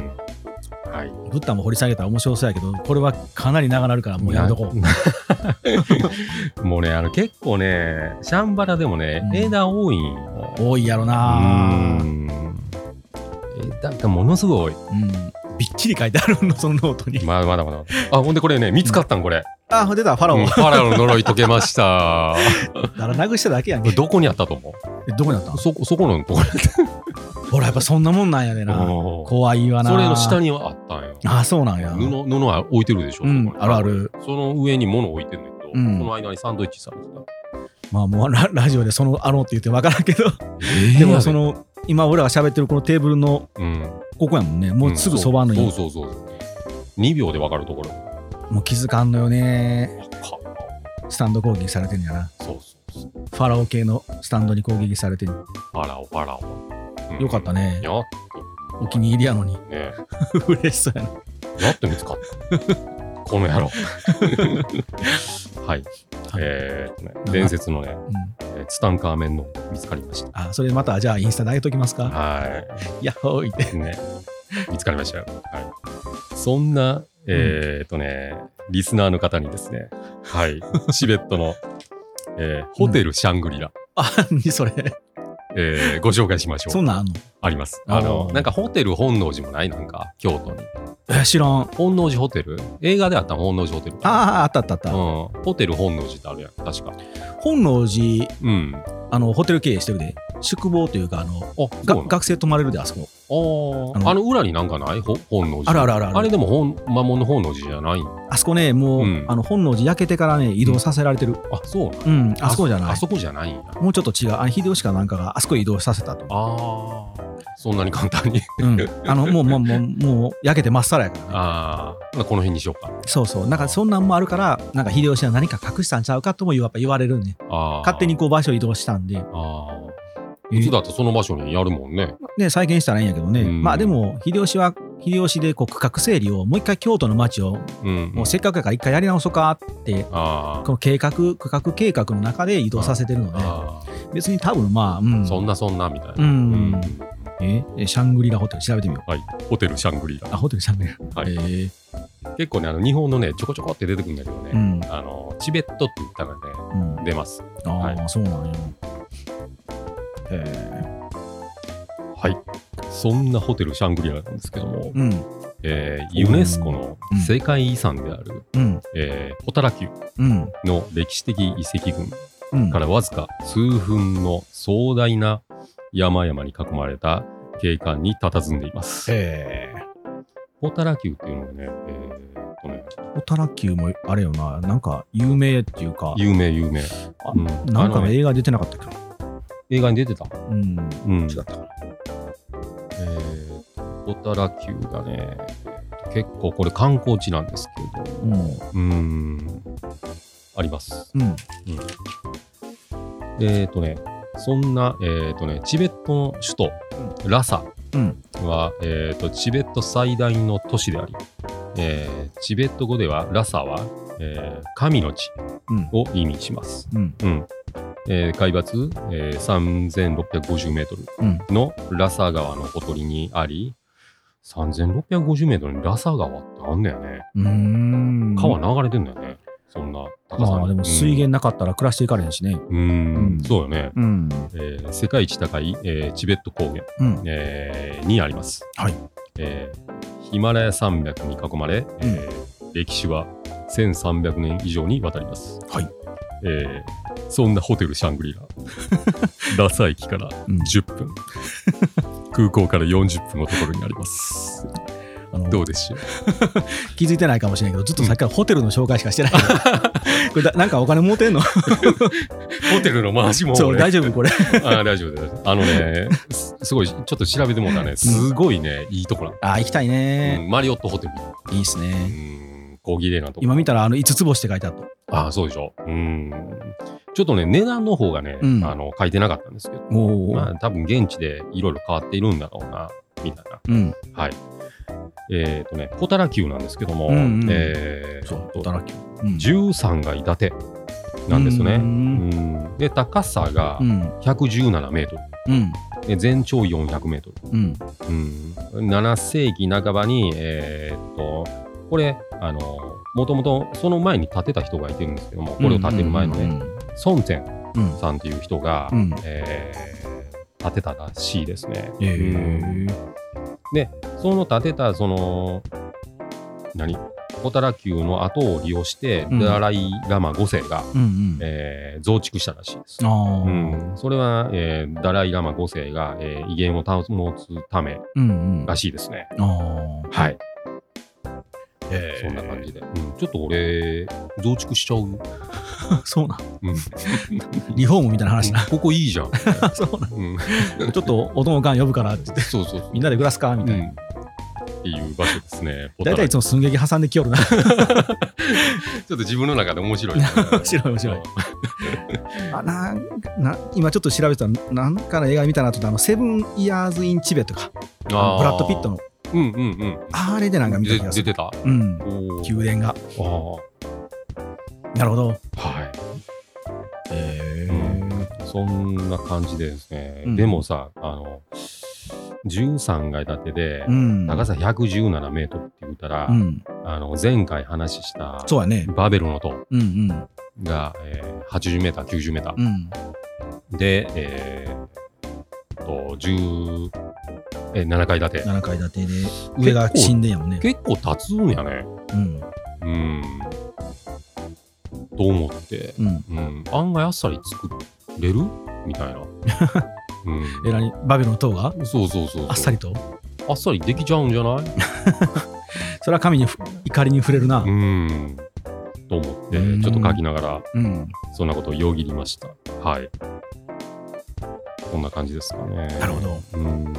A: はい
B: ブッダも掘り下げたら面白そうやけど、これはかなり長なるから、もうやめとこう。
A: う [LAUGHS] もうねあの結構ねシャンバラでもね
B: うん
A: 枝多いんよ
B: 多いやろな
A: うん枝がものすごい多い
B: うん。びっちり書いてあるの、そのノートに。
A: まだまだまだ。あ、ほんでこれね、見つかったん、これ。
B: あ、出た、ファラオ。
A: うん
B: だ
A: ファラオの呪い解けました。
B: からなくしただけやん
A: こ
B: け。
A: れどこにあったと思
B: えどこにあった
A: う
B: の
A: そこ、そこのところやった
B: ほら、やっぱそんなもんなんやでな。
A: おー
B: 怖いわな。
A: それの下にはあったんよ。
B: あ、そうなんや。
A: 布、布は置いてるでしょ。
B: うん
A: そこに
B: あるある。
A: その上に物置いてるんだけど、
B: うん
A: その間にサンドイッチされてた。
B: まあもうララジオでそのあろうって言って分からんけど、
A: え
B: でもそ、の今俺らが喋ってるこのテーブルの
A: うん、
B: ここやもんねもうすぐそばのに、
A: うんそうそうそうそう。2秒でわかるところ。
B: もう気づかんのよね
A: わかんない
B: スタンド攻撃されてんやな
A: そうそうそう。
B: ファラオ系のスタンドに攻撃されてん
A: ファラオ、ファラオ。うん
B: よかったね
A: やっ
B: お気に入りやのに [LAUGHS]
A: とね。
B: 嬉しそうやな
A: やっと見つかった。 [LAUGHS] この野郎。はい。えーっとね、伝説のね、
B: うん
A: えーツタンカーメンの見つかりました。
B: あそれまたじゃあインスタ投げときますか
A: は
B: やっほーい [LAUGHS] って
A: い。ね。見つかりましたよ。はい。そんな、えーっとね、リスナーの方にですね、はい。チベットの、えーホテルシャングリラ、
B: あ何それ
A: えーご紹介しまし
B: そ
A: ょう。
B: んなんあんの
A: あります。あの
B: お、ー
A: なんかホテル本能寺もないなんか、京都に。
B: え知らんあ
A: 本能寺ホテル映画であった本能寺ホテル。
B: ああったあったあっ
A: う
B: た、
A: ん、ホテル本能寺ってあるやん、確か。
B: 本能寺
A: うん。
B: あのホテル経営してるで宿坊というかあの
A: あ、
B: が
A: そうな
B: 学生泊まれるであそこ
A: のあ
B: あ
A: ー
B: の
A: あの裏になんかないほ本能寺。
B: あるあるあるある
A: あれでも本魔物の本能寺じゃないの
B: あそこねもう、
A: うん
B: あの本能寺焼けてからね移動させられてる、
A: あ、そうなの
B: うん、あそこじゃな
A: あ
B: い
A: そこじゃないんや。 [LAUGHS]
B: もうちょっと違うあれ秀吉かなんかがあそこへ移動させたと
A: ああ。そんなに簡単
B: [LAUGHS]
A: に
B: うん、あのもうもうもうもう焼けてまっさらやからね
A: ああこの辺にしようか
B: そうそうなんかそんなんもあるからなんか秀吉は何か隠したんちゃうかともやっぱ言われるね
A: あー
B: 勝手にこう場所移動したんで、
A: ああ普通だとその場所にやるもんね
B: ね、再建したらいいんやけどね、
A: うん
B: まあでも秀吉は秀吉でこう区画整理をもう一回京都の町を
A: うん
B: もうせっかくやから一回やり直そうかって
A: あ
B: こ
A: ー
B: の計画区画計画の中で移動させてるので
A: あ
B: 別に多分まあうん
A: ーそんなそんなみたいな
B: うんええシャングリラホテル調べてみよう
A: はいホテルシャングリラ
B: あホテルシャングリラ、
A: はい
B: えー
A: 結構ねあの日本のねちょこちょこって出てくるんだけどね、
B: うん
A: あのチベットって言ったらね
B: うん、
A: 出ます
B: ああ、
A: は
B: そうなんやえ
A: はいそんなホテルシャングリラなんですけども、
B: うん
A: えーユネスコの
B: うん
A: 世界遺産である、
B: うん
A: えー、ホタラ宮
B: うん
A: の歴史的遺跡群
B: うん
A: からわずか数分の壮大な山々に囲まれた景観に佇んでいます。
B: ええ
A: ホタラ宮っていうのがね、えーっとね
B: おたらきゅうもあれよななんか有名っていうか
A: 有名有名。
B: あ
A: うん
B: なんか
A: あの
B: の
A: ね
B: 映画出てなかったっけど
A: 映画に出てた。
B: うん
A: うん。
B: 違ったかな
A: えーっと、ホタラ宮がね、結構これ観光地なんですけど、
B: うん
A: うーん、あります。
B: うん
A: えーっとね、そんな、えーっとね、チベットの首都、ラサ
B: うん
A: は、えー、とチベット最大の都市であり、えーチベット語ではラサは、えー神の地
B: うん
A: を意味します。
B: うん
A: うんえー海抜、えー3650メートル
B: うん
A: のラサ川のほとりにあり、3650メートルにラサ川ってあんだよね。
B: うーん
A: 川流れてんだよね。そんな高さに
B: まあでも水源なかったら暮らしていかれへんしね
A: うん、うん
B: うん
A: そうよね。
B: うん
A: えー世界一高い、えーチベット高原。
B: うん
A: えーにあります。
B: はい
A: えーヒマラヤ山脈に囲まれ、えー歴史は1300年以上にわたります。
B: はい
A: えーそんなホテルシャングリ
B: [LAUGHS]
A: ラ、ラサ駅から
B: うん
A: 10分、
B: [LAUGHS]
A: 空港から40分のところにあります。
B: あの
A: どうでしょう
B: 気づいてないかもしれないけどずっとさっきからホテルの紹介しかし
A: [LAUGHS]
B: てないこれだなんかお金持てんの
A: ホテルの回しも、
B: そう大
A: 丈
B: 丈夫こ
A: [LAUGHS]
B: れ
A: 夫。あー大丈夫です。あのね、すすごい、ちょっと調べてもらったらね、すごいね、いいとこなの、
B: あ行きたいね
A: うんマリオットホテル。
B: いいっす
A: う
B: ね
A: ん、小綺麗なとこ。
B: 今見たらあの5つ星って書いてあった
A: ああ、そうでしょ。うん。ちょっとね、値段の方がね、
B: うん
A: あの書いてなかったんですけど、
B: おお、
A: まあ、多分現地でいろいろ変わっているんだろうな、みたいな。
B: うん
A: はい。えっ、とね、小たら宮なんですけども、
B: うんうん
A: えー
B: そう
A: と
B: 働きうん
A: 13階建てなんです
B: う
A: ね。
B: ん
A: うんで、高さが
B: うん
A: 117メート
B: うん
A: ル、で全長400メートル。
B: うん
A: うん、7世紀半ばに、えーっとこれあのもともとその前に建てた人がいてるんですけどもこれを建てる前のね、孫禅
B: うん
A: さんっていう人が、
B: うん
A: えー建てたらしいですね。
B: え
A: うんその建てたその何小樽宮の跡を利用して、
B: うん
A: ダライ・ラマ5世が、
B: うんうん
A: えー増築したらしいです。
B: ああ
A: う
B: う
A: ん、
B: ん
A: それは、えーダライ・ラマ5世が、えー威厳を保つため
B: うん
A: らしいですね。
B: ああ
A: はい。
B: え
A: そんな感じで。うん、ちょっと俺、増築しちゃう。うん、
B: [LAUGHS] そうなんリフォームみたいな
A: [LAUGHS]
B: [LAUGHS] 話な
A: ここいいじゃん。
B: [LAUGHS] そうなん
A: うん、
B: ちょっとお友ん呼ぶからって言って
A: そうそうそう。
B: みんなで暮らすかみ
A: う
B: たい
A: ん
B: な
A: っていう場所ですね。
B: 大体いつも寸劇挟んできよるな
A: ちょっと自分の中で面白い、ね。
B: 面白い面白いあなんかな今ちょっと調べてたらなんかの映画見たなと思ったあの「セブン・イヤーズ・イン・チベットか」
A: ブ
B: ブラッド・ピット。の
A: うんうん
B: あれでな
A: うん
B: か
A: ん。
B: 見た
A: で
B: 気がす
A: 出
B: る
A: てた。
B: うん
A: おー
B: 宮殿が
A: あー
B: なるほど
A: はい。
B: へ
A: そんな感じでですね。
B: うん
A: でもさ、あの、13階建てで、
B: うん
A: 高さ117メートルって言ったら、
B: うん
A: あの前回話した
B: そうやね
A: バベルの塔
B: うんうん
A: が、えー、80メーター、90メーター
B: うん
A: で、えー、と10えー7階建て。
B: 7階建てで上が神殿やもんね
A: 結構立つんやね。
B: うん
A: うん。と思って、
B: うん
A: うん、案外あっさり作れるみたい
B: [LAUGHS]
A: な。う
B: えらにバビロンの塔が
A: ん、そうそうそうそう
B: あっさりと
A: あっさりできちゃうんじゃない
B: それは神にふ怒りに触れるな
A: うんと思って
B: うん
A: ちょっと書きながら
B: うん
A: そんなことをよぎりましたはいこんな感じですかね
B: なるほど
A: うん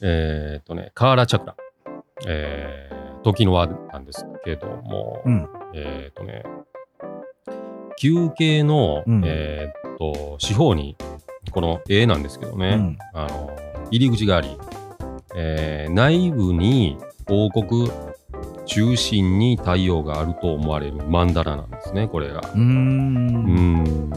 A: えーっとね、カーラチャクラ、えー、時の輪なんですけども、
C: うん
A: えーっとね、休憩の、
C: うん
A: えーっと、四方に、この絵なんですけどね、
C: うん
A: あの入り口があり、えー内部に王国中心に太陽があると思われる曼荼羅なんですねこれが。
C: うー
A: うんーん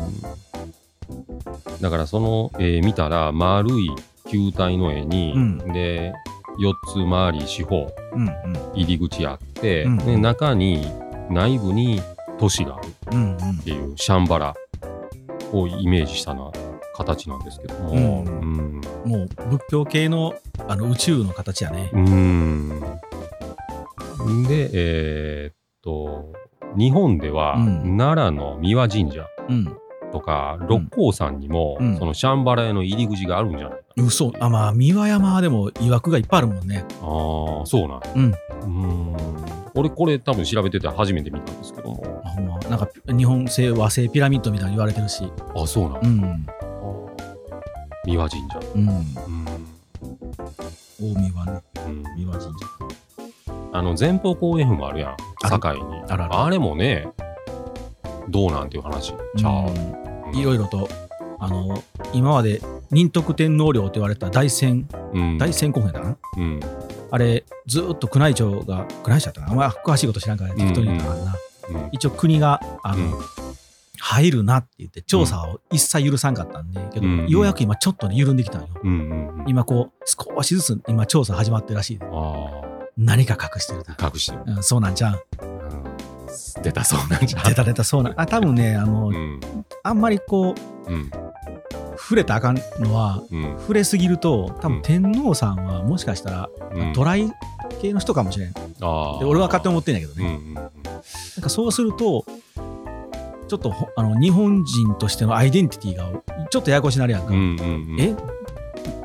A: だからその絵見たら丸い球体の絵に、
C: うん
A: で4つ回り四方
C: うんうん
A: 入り口あって、
C: うん
A: で中に内部に都市があるっ
C: うんうん
A: ていうシャンバラをイメージしたな形なんですけども。
C: うん
A: うん
B: もう仏教系のあの宇宙の形やね
A: う。ーん。で、えーっと、日本では、
C: うん
A: 奈良の三輪神社
C: うん
A: とか六甲山にも、
C: うん
A: そのシャンバラへの入り口があるんじゃないかな。
B: 嘘あまあ三輪山はでも曰くがいっぱいあるもんね。
A: ああ、そうなん。
B: うん
A: うーん。俺、これ多分調べてて初めて見たんですけども。
B: あほんまなんか日本製和製ピラミッドみたいに言われてるし。
A: あそうなん。
B: うん
A: 三輪神社。
B: うん。
A: うん。
B: 大三輪ね
A: うん
B: 三輪神社。
A: あの、前方後円墳もあるやん。
B: ある
A: 堺に。
B: あるある
A: あれもね、どうなんていう話。ちゃう。
B: いろいろとあの今まで仁徳天皇陵と言われた大仙
A: うん。
B: 大仙古墳やったかな。
A: うん。
B: あれずーっと宮内庁が宮内庁やったかな。あんまり詳しいこと知らんから適当に言ったからな。
A: うん。
B: 一応国があ
A: う
B: の、
A: ん
B: 入るなって言って調査を一切許さんかったんで、けど、
A: うん
B: ようやく今ちょっとね緩んできたんよ。
A: うんうんうん。
B: 今こう少しずつ今調査始まってるらしいで
A: あ
B: 何か隠してるな、
A: あ、隠してる。
B: うん、そうなんじゃん
A: うん、出たそうなんじゃん。
B: 出た出たそうなんあ多分ねあの、
A: うん。
B: あんまりこう
A: うん。
B: 触れたらあかんのは
A: うん。
B: 触れすぎると多
A: うん
B: 分天皇さんはもしかしたら、
A: うん、
B: ドライ系の人かもしれんで
A: ああ。
B: 俺は勝手に
A: も
B: 思ってんだけどね、
A: うんうんうん。
B: なんかそうするとちょっとほあの日本人としてのアイデンティティがちょっとややこしになるやんか、
A: うんうんうん、
B: え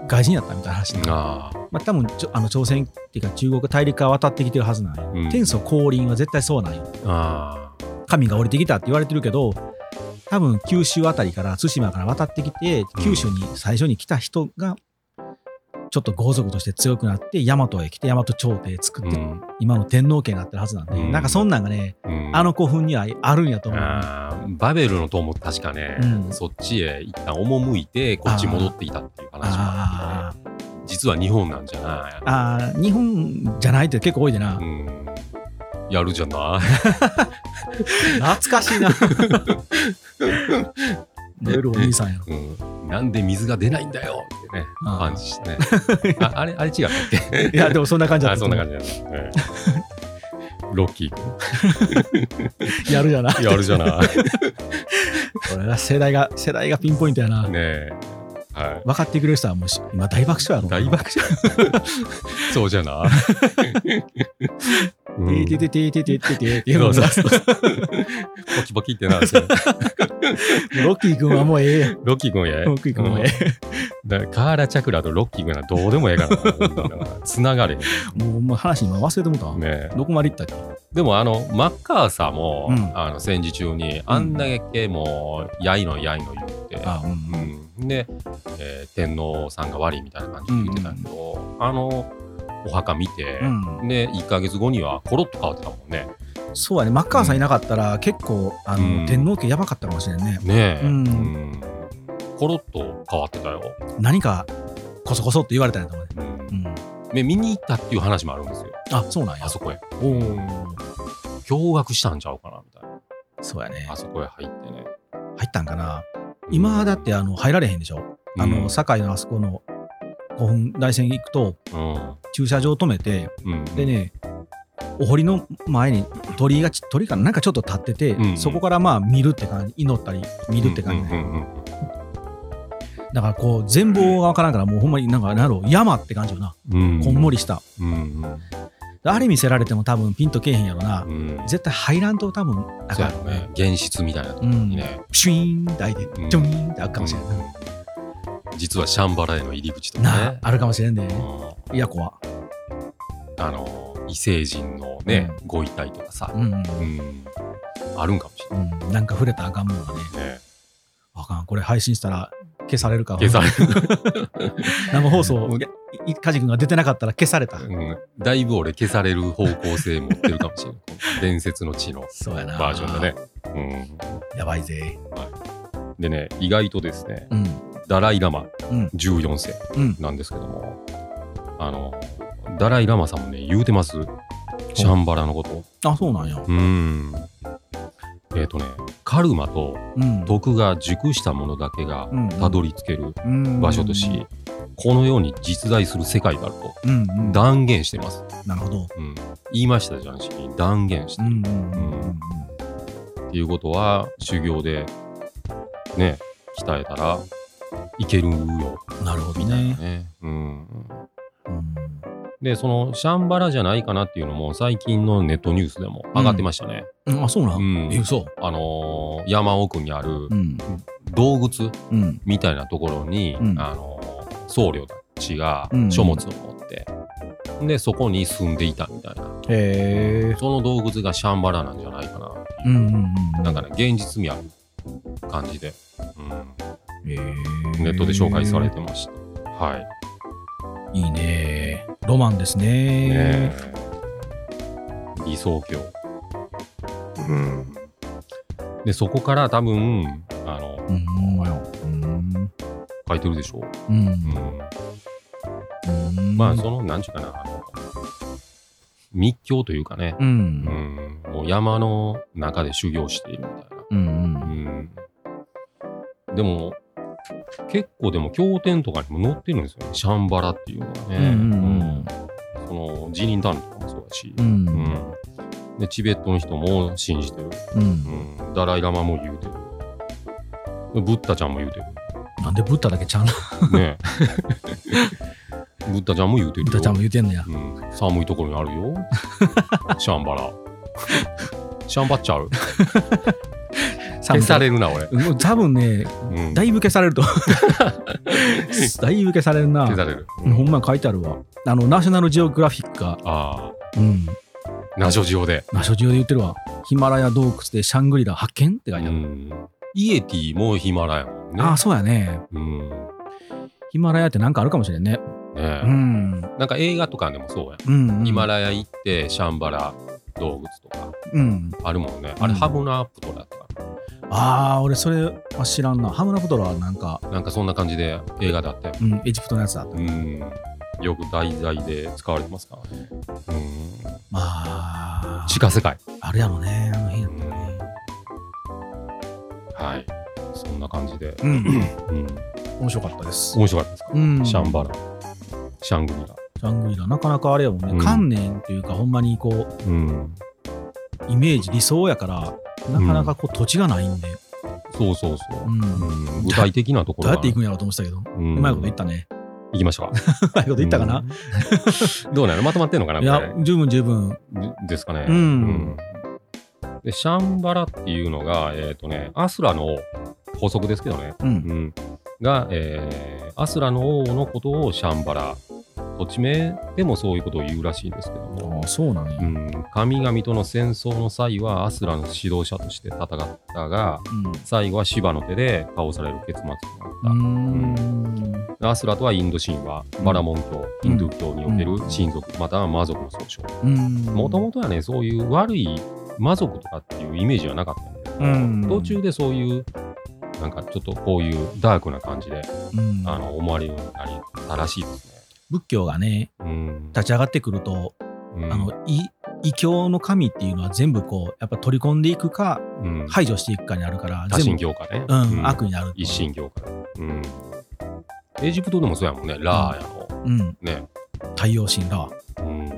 B: 外人やったみたいな話になる
A: ああ。
B: まあ、多分ちょあの朝鮮っていうか中国大陸から渡ってきてるはずなんよ、
A: うん
B: 天祖降臨は絶対そうなんよ
A: あ
B: 神が降りてきたって言われてるけど多分九州あたりから対馬から渡ってきて九州に最初に来た人がちょっと豪族として強くなって大和へ来て大和朝廷
A: あ。
B: 作
A: う
B: って、
A: ん。
B: 今の天皇家になってるはずなんで、
A: うん
B: なんかそんなんがね
A: うん、
B: あの古墳にはあるんやと思う、
A: あーバベルの塔も確かね、
B: うん
A: そっちへ一旦赴いてこっち戻っていたっていう話もあ
B: あ
A: って、ね、実は日本なんじゃない
B: ーあー日本じゃないって結構多いでな、
A: うん、やるじゃない
B: 懐かし
A: [LAUGHS]
B: いな [LAUGHS] ベルお兄さんやろ
A: うん、なんで水が出ないんだよってね、
B: あー
A: 感じしてね。ああれ、あれ
B: [LAUGHS]
A: 違うったっけ
B: いやでもそんな感じだ
A: あ、
B: ったと
A: そん
B: 思
A: な
B: う
A: 感じです。ええロッキー君
B: やるじゃない。
A: やるじゃない。
B: これは世代が、世代がピンポイントやな。
A: ねえ。は
B: 分かってくれる人はもうし今大爆笑やろ
A: い。
B: うな。
A: 大爆笑。そうじゃない。う
B: 笑。
A: ん
B: ててててててててて。
A: そうそうそう。ポキポキってなるし
B: ロッキー君はもうええやん。
A: ロッキー君や。
B: ロッキー君もえ
A: うんだからカーラチャクラとロッキー君はどうでもええからな。つながれへん。ね
B: もうもう話今忘れてもうたわ。
A: え。
B: どこまで行ったっけ
A: でもあのマッカーサーも、
C: うん
A: あの戦時中にあんだけもうやいのやいの言って、
B: あ、う。
A: うんんで、えー天皇さんが悪いみたいな感じで言ってたけど、あのお墓見て、
C: うん
A: で1か月後にはコロッと変わってたもんね。
B: そうやね。マッカーさんいなかったら結構、あ
A: うん
B: の、天皇家やばかったかもしれんね。
A: ねえ、
B: うん
A: うんコロッと変わってたよ、
B: 何か、こそこそって言われたんやと思うね。
A: うん
B: うん。
A: で見に行ったっていう話もあるんですよ
B: あ、そうなんや
A: あ。そこへ
B: おお。
A: 驚愕したんちゃうかなみたいな
B: そうやね
A: あ。そこへ入ってね。
B: 入ったんかな。今だって、あの、入られへんでしょ。あの、堺のあそこの古墳大戦行くと、
A: うん
B: 駐車場止めて、
A: うん
B: でね、お堀の前に鳥居がち、鳥居かな、なんかちょっと立ってて、
A: うんうん
B: そこからまあ見るって感じ、祈ったり見るって感じ、
A: うんうんうん
B: だからこう、全貌がわからんから、もうほんまになんか、なんやろう、山って感じよな、
A: うん
B: こんもりした。
A: うん
B: あれ見せられても多分ピンとけえへんやろ
A: う
B: な、
A: ん、うん、
B: 絶対入らんと多分あ
A: そうや
B: かんや
A: ろ
B: ろ
A: ね
B: ね。
A: 現実みたいなとこ
B: う
A: ろ
B: ん
A: に、ね、
B: シュイーンって開いて、
A: ん
B: ジョイーンって開くかもしれんない。
A: うん実はシャンバラへの入り口と
B: な
A: か
B: あ
A: ね、
B: あるかもしれんで、
A: う
B: ね、
A: ん
B: いや、怖
A: あの異星人のね、ご遺体とかさ
B: う、ん、うん
A: うん、あるんかもしれ
B: うん、なんか触れたらあかんもんがね、
A: ないね。
B: あかん、これ配信したら消されるから、
A: 消される
B: 生放送い梶君が出てなかったら消された。
A: うん、だいぶ俺消される方向性持ってるかもしれないこの [LAUGHS] 伝説の地の
B: そうやな。
A: バージョンだね。
B: やばいぜ。
A: うん、でね意外とですね
B: うん。
A: ダライ・ラマ
B: うん
A: 14世
B: うん。
A: なんですけども、あのダライ・ラマさんもね言うてますシャンバラのこと
B: あ、そうなんや。
A: うんえっ、とねカルマと
B: うん。
A: 徳が熟したものだけが
B: うん
A: たどり着ける
B: うん
A: 場所とし、このように実在する世界があると
B: うんうん。
A: 断言してます、
B: なるほど。
A: うん、言いましたじゃんし断言して
B: う
A: る、
B: んうんうんうん
A: っていうことは修行でね鍛えたらいけるよ
B: うん。なるほど
A: みたいな
B: ね。
A: ね、うん、
B: うん
A: でそのシャンバラじゃないかなっていうのも最近のネットニュースでも上がってましたね、
B: うん。あ、そうな。
A: うんん
B: え、嘘。
A: あのー山奥にある
B: うん。
A: 洞窟
B: うん。
A: みたいなところに、
B: うん
A: あのー僧侶たちが
B: うん
A: 書物を持って、でそこに住んでいたみたいな、
B: へえ。
A: その洞窟がシャンバラなんじゃないかなっていう
B: うんうんうん。
A: なんかね、現実味ある感じで、
B: へえ、
A: うん、ネットで紹介されてました。はい。
B: いいね。ロマンですね。
A: ねえ理想郷。うん。で、そこから多分、あの、
B: うん、おはよう。うん。
A: 書いてるでしょう。
B: う。
A: うんん。
B: うん
A: まあ、その、なんちゅうかな、あの、密教というかね、
B: う。
A: うんん、もう山の中で修行しているみたいな。
B: うん。う。
A: うんん。でも、結構でも経典とかにも載ってるんですよね。シャンバラっていうのがね。
B: うん。
A: そのジーニンターンとかもそうだし、
B: う。
A: うんんでチベットの人も信じてる、
B: うん。
A: うん、ダライ・ラマも言うてるでブッダちゃんも言うてる
B: なんでブッダだけちゃん、ブ [LAUGHS]
A: ねブッダちゃんも言うてるよ
B: ッダちゃんも言うてんのや。
A: うん、寒いところにある
B: [LAUGHS]
A: よシャンバラシャンバっちゃう消されるな俺、
B: もう多分ね、
A: うん、
B: だいぶ消されると。だいぶ消されるな。
A: 消される、う
B: ほんまに書いてあるわ。あの、ナショナルジオグラフィックが、
A: あ
B: うん。
A: あナショジオで、
B: ナショジオで言ってるわ。ヒマラヤ洞窟でシャングリラ発見って書いてある。
A: うんイエティもヒマラヤもんね
B: ああ、そうやね。
A: うんね
B: ヒマラヤってなんかあるかもしれんね。
A: え
B: うん。
A: なんか映画とかでもそうやん
B: うん、うん。
A: ヒマラヤ行ってシャンバラ動物とか
B: うん。
A: あるもんね。あれ
B: うん
A: ハブナアップとかだったか
B: ああ、俺それは知らんな。ハムナプトラはなんか、
A: な。なんかそんな感じで映画だったよ。
B: うん、エジプトのやつだった。
A: うん。よく題材で使われてますからね。うん。
B: まあ、
A: 地下世界。
B: あれやろね、あの辺やったらね。
A: はい。そんな感じで。
B: うん、
A: うん。
B: 面白かったです。
A: 面白かったですか、
B: うん
A: シャンバラ、シャングリラ。
B: ジャングリラ、なかなかあれやもんね、
A: うん
B: 観念というか、ほんまにこう、
A: うん。
B: イメージ、理想やから、なかなかこう土地がないんで、
A: そうそうそう
B: う。ん、
A: う、
B: どうん
A: 具体的なところ
B: やって行
A: 行
B: くんやろうと思ってたけど、う
A: うん、
B: まいこと言ったね。
A: 行きましたか。
B: うまいこと言ったかな。
A: うん [LAUGHS] どうなのまとまってんのかないみたいな
B: や、十分十分。
A: でですかね。
B: うん
A: うんでシャンバラっていうのが、えっ、とね、アスラの王法則ですけどね、
B: う。
A: うんん、が、えーアスラの王のことをシャンバラ、土地名でもそういうことを言うらしいんですけど
B: あ
A: も
B: あ、、そうなんや。
A: う
B: うん
A: ん、神々との戦争の際はアスラの指導者として戦ったが、最後は芝の手で倒される結末となった。
B: うん。
A: アスラとはインド神話、バラモン教、ヒンドゥー教における親族、または魔族の総称。
B: うん。
A: もともとはね、そういう悪い魔族とかっていうイメージはなかったんだけど、
B: うん
A: 途中でそういう、なんかちょっとこういうダークな感じで、
B: うん
A: あの思われるようになりたらしいですね。
B: 仏教がね、
A: うん。
B: 立ち上がってくると、
A: うん
B: あの、い異教の神っていうのは全部こう、やっぱ取り込んでいくか、
A: うん、
B: 排除していくかにあるから、
A: 多神
B: 全部、
A: 教科ね。
B: うん、悪になる。
A: 一。神教科ね。うん。エジプトでもそうやもんね、ラーやの。
B: うん、
A: ね。
B: 太陽神だわ。
A: うん。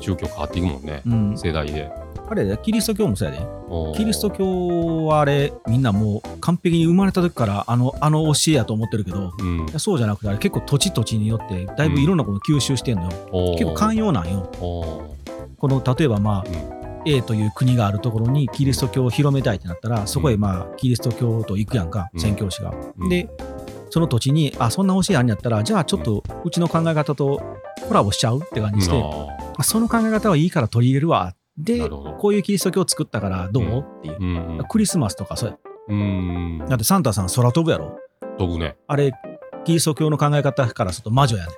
A: 宗教変わっていくもんね、
B: うん。
A: 世代で。
B: あれだ、キリスト教もそうやで。
A: おー
B: キリスト教はあれ、みんなもう完璧に生まれた時から、あの、あの教えやと思ってるけど、
A: うん。
B: いやそうじゃなくて、あれ結構土地土地によって、だいぶいろんなこと吸収してんのよ。
A: おー
B: 結構寛容なんよ。
A: おー
B: この、例えばまあ、
A: うん
B: A という国があるところにキリスト教を広めたいってなったら、そこへまあ、キリスト教と行くやんか、
A: うん
B: 宣教師が。
A: うん
B: で、その土地に、あ、そんな教えあんやったら、じゃあちょっとうちの考え方とコラボしちゃうって感じして、
A: うん
B: あ
A: あ
B: その考え方はいいから取り入れるわ。
A: ーな
B: で
A: る、ほど。
B: こういうキリスト教を作ったからどう、
A: うん
B: っていう。
A: うん
B: クリスマスとかそうや。
A: うん。うん
B: だ。ってサンタさん空飛ぶやろ。
A: 飛ぶね。
B: あれ、キリスト教の考え方からすると魔女やね。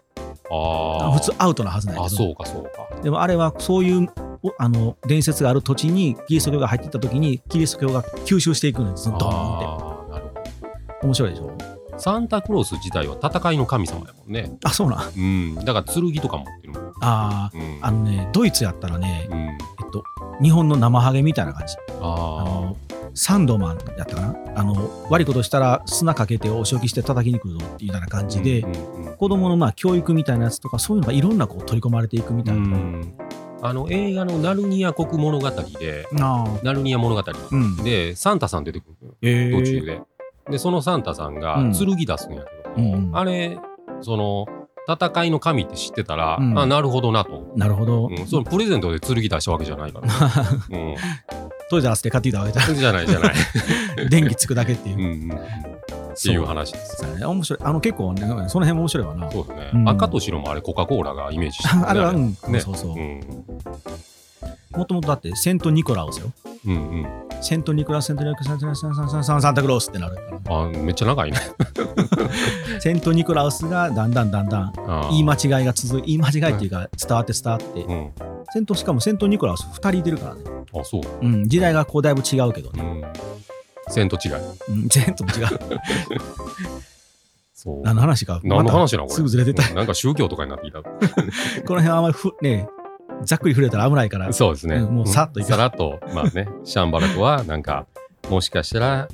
A: あー
B: 普通アウトなはずなんや
A: あ、
B: けど
A: そうか、そうか。
B: でもあれはそういうおあの伝説がある土地にキリスト教が入っていった時にキリスト教が吸収していくのですドーンっ
A: あーなるほど。
B: て面白いでしょ
A: サンタクロース自体は戦いの神様やもんね。
B: あそうなん
A: うん。だから剣とか持ってるもん。
B: あー
A: うん。
B: あのねドイツやったらね
A: うん、
B: えっと日本の生ハゲみたいな感じ
A: あ
B: あのサンドマンやったかなあの悪いことしたら砂かけてお仕置きして叩きに来るぞっていうような感
A: あ。
B: じで、
A: うんうんうん
B: 子供のまあ教育みたいなやつとかそういうのがいろんなこう取り込まれていくみた
A: う
B: いな、
A: ん、あの映画の「ナルニア国物語」で
B: なあ
A: 「ナルニア物語
B: うん」
A: でサンタさん出てくる
B: え
A: のよ途中で。でそのサンタさんが
B: うん
A: 剣出すんやけど、
B: うん
A: あれその戦いの神って知ってたら、
B: うん
A: あなるほどなと。
B: なるほど、
A: うん、そのプレゼントで剣出したわけじゃ
B: [LAUGHS]
A: ないから、ねうん
B: トイザらスで買ってきた
A: [LAUGHS]
B: わけじゃん
A: じゃないじゃ
B: [LAUGHS]
A: ない、
B: 電気つくだけっていうう、
A: んうん、っていう話です
B: そうね面白いあの結構ねその辺面白いわな
A: そうですね、
B: うん
A: 赤と白もあれコカ・コーラがイメージして
B: [LAUGHS] あれは、うん
A: ね
B: そうそう、
A: うん
B: もともとだってセント・ニコラオスよ
A: うんうん
B: セント・ニコラスセント・ニコラスセント・ニコラスサンサンサンサンタクロースってなるから
A: あめっちゃ長いね
B: セント・ニコラウスがだんだんだんだん [LAUGHS]
A: あー
B: 言い間違いが続い言い間違いっていうか伝わって伝わって、
A: うん、
B: 戦闘しかも戦闘ニコラウス2人出るからね、
A: あそう
B: うん、時代がこうだいぶ違うけど
A: う
B: ね、
A: ん。線と違い。
B: うん、全部違
A: [LAUGHS]
B: う
A: そう。
B: 何の話か
A: 何の話なの
B: ま
A: これ。
B: たすぐずれてたこ
A: うんなんか宗教とかになってきた。
B: の辺はあんまりふねざっくり触れたら危ないから
A: そうですね。
B: うんもうさっとい
A: ん
B: か
A: さらっと、まあ
B: [LAUGHS]
A: ね、シャンバラとは、なんか、もしかしたら、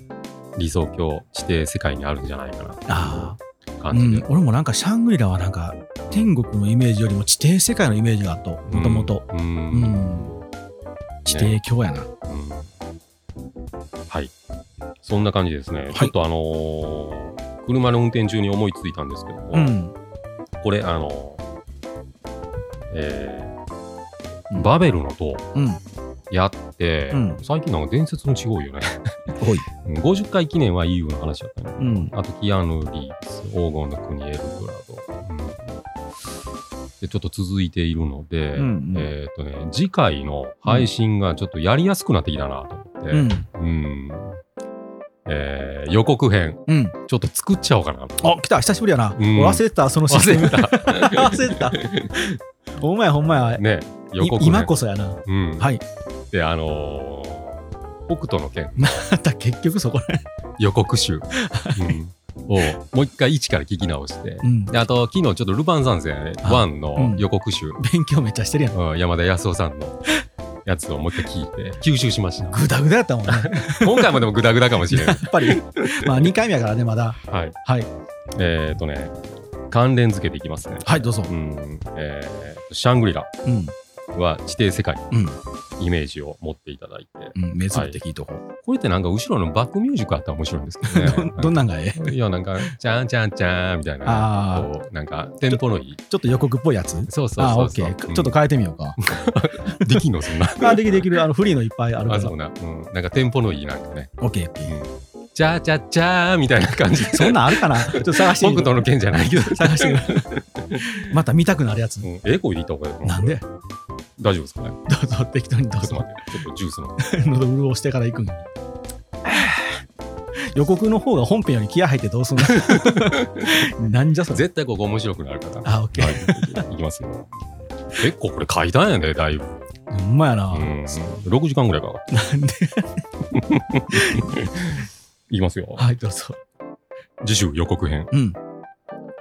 A: 理想郷、指定世界にあるんじゃないかな、
B: あ
A: 感
B: ー、
A: じ
B: う
A: で。
B: ん、俺もなんかシャングリラはなんか天国のイメージよりも地底世界のイメージがあったもともと
A: うん。うん
B: う
A: うん
B: ん地底教やな、
A: はい。そんな感じですね。
B: い
A: ちょっとあのー車の運転中に思いついたんですけども、
B: うん
A: これ、あのーえ
B: う
A: ー
B: ん
A: バベルの塔
B: うん
A: やって、
B: うん
A: 最近なんか伝説の地方よね。
B: おい
A: うん50回記念は EU の話だったね。
B: うん
A: あと、キアヌ・リーブス、黄金の国エルドラド、うんで、ちょっと続いているので、
B: うんうん
A: えーっ、とね、次回の配信がちょっとやりやすくなってきたなと思って、
B: うん
A: うんえー予告編、
B: うん
A: ちょっと作っちゃおうかなと。
B: あ来た久しぶりやな、
A: うん
B: 俺忘れてたそのシス
A: 忘
B: テム
A: れた。
B: 忘れてたほんまやほんまや
A: ね、予
B: い
A: 告編。
B: 今こそやな
A: うん。
B: はい
A: で、あのー北斗の拳
B: また結局そこらへん
A: 予告
B: [LAUGHS]
A: 集、うんをもう一回一から聞き直して、
B: うん
A: であと昨日ちょっとルパン三世1の予告集、
B: 勉強めっちゃしてるやん。
A: うん山田康夫さんのやつをもう一回聞いて吸収しました
B: ぐだぐだやったも [LAUGHS] んね。
A: 今回もでもグダグダかもしれ
B: や [LAUGHS]
A: ない
B: っぱり。まあ2回目やからね、まだ。
A: はい
B: はい。
A: えっ、ー、とね関連付けていきますね
B: はい、どうぞ
A: う。んえーシャングリラ
B: うん。
A: は地底世界
B: うん。
A: イメージを持っていただいて
B: うん。目つぶって聞いとこう。
A: これってなんか後ろのバックミュージックあったら面白いんですけどね
B: [LAUGHS] どどんなんがええ
A: いやなんかチャンチャンチャンみたいな
B: あー
A: こうなんかテンポのいい
B: ちょっと予告っぽいやつ
A: そうそう
B: あ、
A: そ
B: オ
A: う
B: ッケ
A: そう。
B: ー。ちょっと変えてみようか。
A: うんできんのそ [LAUGHS] んな。
B: あ、できるできる。あの、フリーのいっぱいあるか
A: あ
B: ら。
A: そうな。うん。なんかテンポのいいなんかね。
B: オッケ [LAUGHS] ー。
A: じゃじゃじゃーみたいな感じ。
B: そんなんあるかなちょっと探して
A: 北
B: み
A: 斗
B: る。
A: の剣じゃないけど。
B: 探してみる。また見たくなるやつ
A: う。んええ声で言った方がいいの
B: [LAUGHS] なんで
A: 大丈夫ですかね。
B: どうぞ、適当にどう
A: ちょっと
B: ぞ
A: 待。って。ちょっとジュースの。
B: 喉潤してから行くん。予告の方が本編より気合入ってどうす
A: [LAUGHS]
B: んのなんじゃそれ。
A: [LAUGHS] 絶対ここ面白くなるから。
B: あ、オッケー。
A: はい。いきますよ。結構これ階段やね、だいぶ。
B: ほんまやな。
A: うん。6時間ぐらいかかる。
B: なんで
A: [LAUGHS] いきますよ。
B: はい、どうぞ。
A: 次週予告編。
B: うん。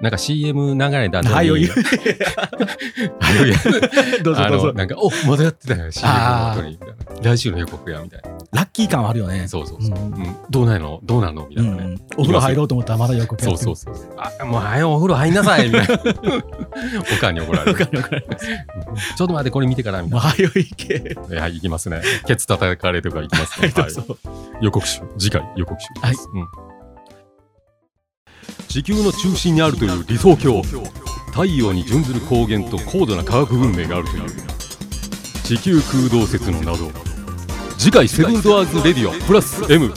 A: なんか CM 流れた [LAUGHS] 後に
B: はい、お [LAUGHS] 湯。
A: はいお湯
B: どうぞ
A: あ
B: どう
A: の、
B: ぞ。
A: なんか、おまたやってたよ、CM の
B: あー
A: 後に。みたいな来週の予告や、みたいな。
B: ラッキー感はあるよね。
A: そうそう
B: う
A: そ
B: ん
A: う。うん、どうなんのどうなんのみた
B: う
A: い
B: ん
A: な
B: う
A: ね。
B: ん。お風呂入ろうと思ったらまだ予告や
A: そう
B: って
A: そ
B: る
A: うそう。あ、もう早いお風呂入んなさいみたいな。おかんに怒られる。
B: わかるわか
A: [LAUGHS]
B: る
A: ちょっと待って、これ見てからみた
B: もう
A: い
B: 早いけ。
A: な。はい、行きますね。ケツ叩かれてから行きます
B: は
A: [LAUGHS] ね
B: い、。 [LAUGHS] どうぞ。
A: 予告集、次回予告集です。うん地球の中心にあるという理想郷。太陽に準ずる光源と高度な科学文明があるという地球空洞説の謎次回セブンドアーズレディオプラス M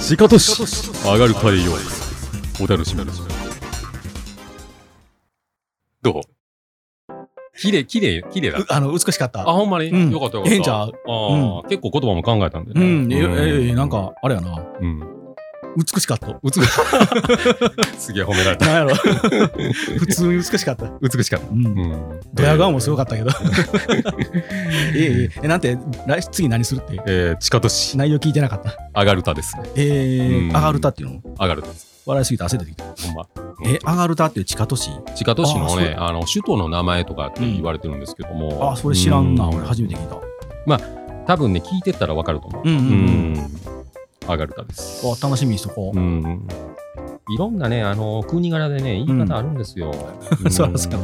A: シカトシ上がる太陽お楽しみにどう綺麗綺麗綺麗だ
B: うあの、美しか
A: あ
B: った。
A: ほんまに、
B: うん
A: よかったよかった
B: ええんちゃう
A: あー結構言葉も考えたんで、
B: うん。え、え
A: うん
B: え、なんか、あれやな。
A: うん
B: 美しかった。
A: 美し [LAUGHS] すげえ褒められた。
B: なんや
A: [LAUGHS]
B: ろ普通に美しかった。
A: 美しかった。
B: うん。
A: ん。
B: ドヤ顔もすご
A: かっ
B: かった
A: [LAUGHS]
B: けど。えええええ、なんて、来次何するって
A: た。えー、地下都市、
B: 内容聞いてなかった。
A: アガルタですね。
B: ええ
A: うん
B: アガルタっていうの
A: アガルタです。
B: 笑いすぎて汗出てきた。
A: ほんま。
B: え、アガルタっていう地下都市
A: 地下都市
B: あ
A: の
B: そう
A: ね、あの、首都の名前とかって言われてるんですけども。
B: あ、それ知らんな。
A: う
B: 俺初めて聞いた。
A: 多分ね、聞いてったらわかると思う。
B: うんうんうん
A: アガルタです。
B: あ楽しみにしとこ
A: う
B: う。
A: ん。いろんなね、あの、国柄でね、言い方あるんですよ。ん
B: [LAUGHS] そうそう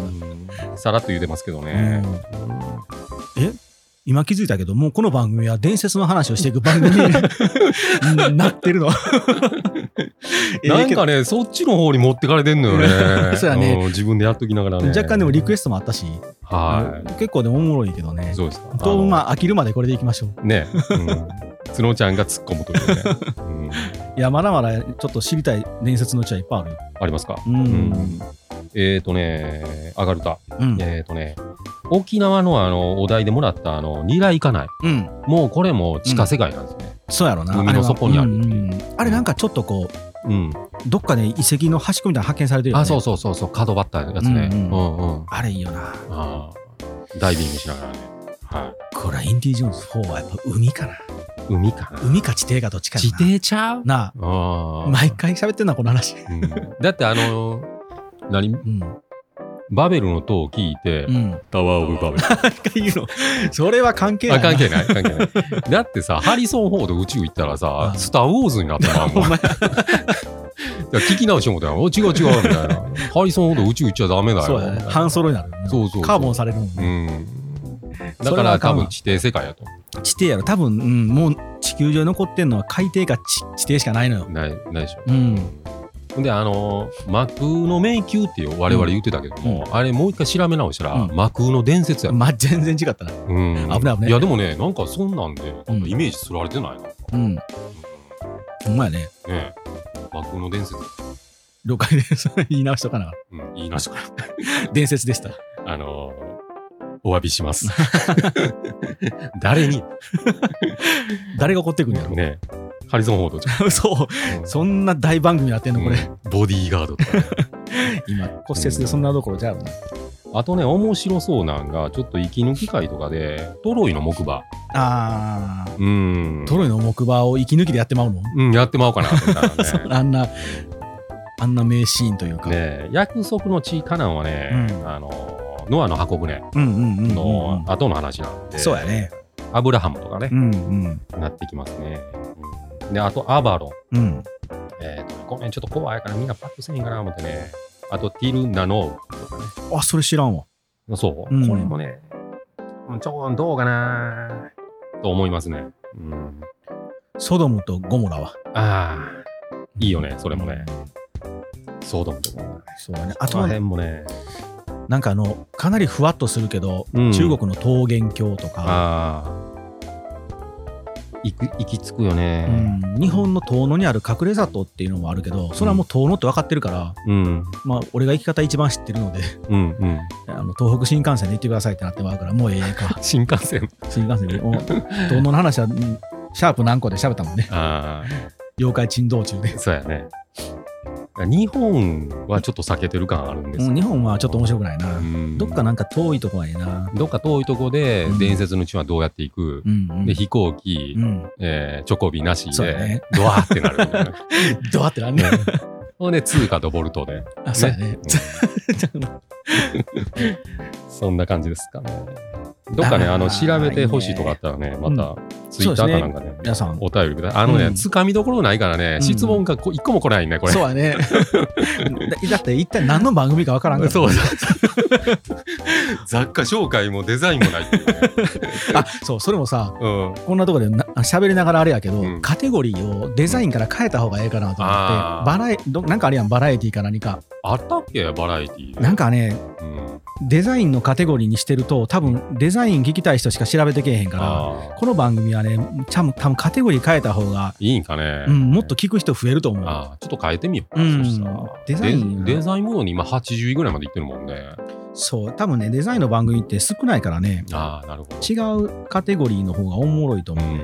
A: さらっと言うてますけどね。
B: 今気づいたけど、もうこの番組は伝説の話をしていく番組
A: [LAUGHS]
B: になってるの。え
A: な
B: え
A: ん
B: けど
A: かね、そっちの方に持ってかれてんのよね。
B: [LAUGHS] そうやね
A: ん自分でやっときながらね。
B: 若干でもリクエストもあったし、
A: は
B: 結構でもおもろいけどね
A: い。。そうですか。
B: と、
A: あ
B: まあ、飽きるまでこれでいきましょう。
A: の。ね。つのちゃんが突っ込むというね。うん
B: いや、まだまだちょっと知りたい伝説のうちはいっぱいあるよ。
A: ありますか。
B: うん
A: うんえっとね、アガルタ。
B: うん。
A: えっとね、沖縄のあの、お題でもらった、あの、ニラ行かない。
B: うん。
A: もうこれも地下世界なんですね。
B: そうやろな。
A: 海の
B: あれは
A: 底にある
B: うんうんうんあれなんかちょっとこ
A: うん。
B: う、どっかで遺跡の端っこみたいなの発見されてるよね。
A: あ、そうそうそうそう、角バッターのやつね。
B: う
A: うんん
B: う
A: うん。
B: あれいいよな。
A: あーダイビングしながらね。は
B: これはインディ・ジョーンズ4はやっぱ海かな。
A: い。海かな。
B: 海か地底かどっちかや
A: 地
B: な。
A: 底ちゃう
B: な
A: あ
B: あ、
A: あ。
B: 毎回喋ってんな、この話。
A: うんだってあのー、何
B: うん。
A: バベルの塔を聞いて、
B: [LAUGHS] うん。
A: タワー・オブ・バベル。
B: っていうの。それは関係ない
A: あ、
B: な。
A: 関係ない、関係ない。だってさ、ハリソン・フォード宇宙行ったらさ
B: う、ん
A: スター・ウォーズになったな、もう。
B: お
A: [LAUGHS]
B: 前
A: 聞き直してもだよ。お違う違う、みたいな。ハリソン・フォード宇宙行っちゃダメだよ。
B: そうやね。半ソロになるよね。
A: そうそうそう
B: カーボンされるもん
A: う
B: ね。
A: ん。だ
B: それ
A: か
B: はあ
A: ら
B: か
A: 多
B: んわ
A: 分地底世界やと。
B: 地底やろ。多分、うん、もう地球上に残ってんのは海底か地地底しかないのよ。
A: ない、ないでしょ。
B: うん。
A: ほんであのー魔空の迷宮って我々言ってたけども、あれもう一回調べ直したら、
B: うん
A: 魔空の伝説や、
B: まあ、全然違ったな。
A: うん、
B: 危ない危ない
A: いやでもねなんかそんなんで
B: うん
A: イメージすられてないな、ね
B: うん。ほんまやね。
A: え魔空の伝説、
B: 了解です。 [LAUGHS] 言い直しとかな。
A: うん、言いなしから
B: 伝説でした。
A: あのーお詫びします [LAUGHS] 誰に
B: 誰が怒ってくんやろ。
A: ねハリソン・フォードじゃ [LAUGHS]
B: そ
A: ん
B: う。そんな大番組やってんの、これ。
A: うんボディーガードとか
B: 今、骨折でそんなどころじゃあるな。
A: あとね面白そうなんがちょっと息抜き会とかでトロイの木馬
B: あー。
A: うん
B: トロイの木馬を息抜きでやってまうの
A: うんやってまおうかなみたいなね
B: [LAUGHS] そうあんな、あんな名シーンというか。
A: ねえ、約束の地カナンはね、
B: うん
A: あのノアの箱舟
B: うんうんうんうんうん
A: の後の話なんで、
B: そうやね。
A: アブラハムとかね
B: う、んうん
A: なってきますね。うんで、あとアバロン、
B: うん。
A: えーとごめん、ちょっと怖いからみんなパッとせえへんかな思ってね、あとティル・ナノーとか
B: あ、それ知らんわ。
A: ね、そう、
B: うん
A: これもね、うんちょっとどうかなと思いますね。うん、
B: ソドムとゴモラは。
A: ああ、いいよね、それもね。ソードムとかね、
B: そうね。あ
A: あ
B: と
A: と
B: は
A: 辺もね、
B: なんかあの、かなりふわっとするけど、
A: うん
B: 中国の桃源郷とか、
A: ああ、行く行き着くよね。
B: うん日本の遠野にある隠れ里っていうのもあるけど、それはもう遠野って分かってるから、
A: うん、
B: まあ、俺が行き方一番知ってるので、 [LAUGHS]
A: うん、うん。。
B: あの東北新幹線で行ってくださいってなってまうから、もうええか [LAUGHS]
A: 新幹線。
B: 新幹線で。お遠野の話は、うんシャープ何個で喋ったもんね。
A: あ
B: 妖怪珍道中で
A: あ、。そうやね。日本はちょっと避けてる感あるんです
B: うん日本はちょっと面白くないな。
A: うん
B: どっかなんか遠いとこはええな。
A: どっか遠いとこで
B: うん
A: 伝説の地はどうやって行く
B: う、んうん
A: で、飛行機、
B: うん。
A: えーチョコビなし
B: そうや
A: で
B: ね、
A: ドワーってなるみたいな。
B: [LAUGHS] ドアってなんね。
A: ほんで、通貨とボルトで。
B: あ、 [LAUGHS] そうやね
A: うん。そんな感じですかね。どっかね、
B: あー
A: あの、調べてほしいとかあったらね、また、ツイッターかなんかね、
B: 皆さん。
A: お便りください。あの
B: う
A: ね、
B: ん
A: つかみどころないからね
B: う、ん
A: 質問がこ一個も来ないね、これ。
B: そう
A: [LAUGHS]
B: やね。だだって一体何の番組かわからんから。
A: そうそう雑貨紹介もデザインもないっていうね。
B: あ、そう、それもさ、
A: うん。
B: こんなところでな喋りながらあれやけど、
A: うん
B: カテゴリーをデザインから変えた方がええかなと思って、
A: あー
B: バラエどなんかあれやん、バラエティか何か。
A: あったっけバラエティーで。
B: なんかね、
A: うん。
B: デザインのカテゴリーにしてると、多分デザイン聞きたい人しか調べてけえへんから、
A: ああ。
B: この番組はね、多分多分カテゴリー変えた方が、
A: いいんかね。
B: うん、もっと聞く人増えると思う。
A: ああ、ちょっと変えてみようか。
B: うん
A: そしたら
B: デザイン
A: デデザインものに今80位ぐらいまでいってるもんね。
B: そう、多分ね、デザインの番組って少ないからね、
A: ああ、なるほど。
B: 違うカテゴリーの方がおもろいと
A: う
B: 思うね、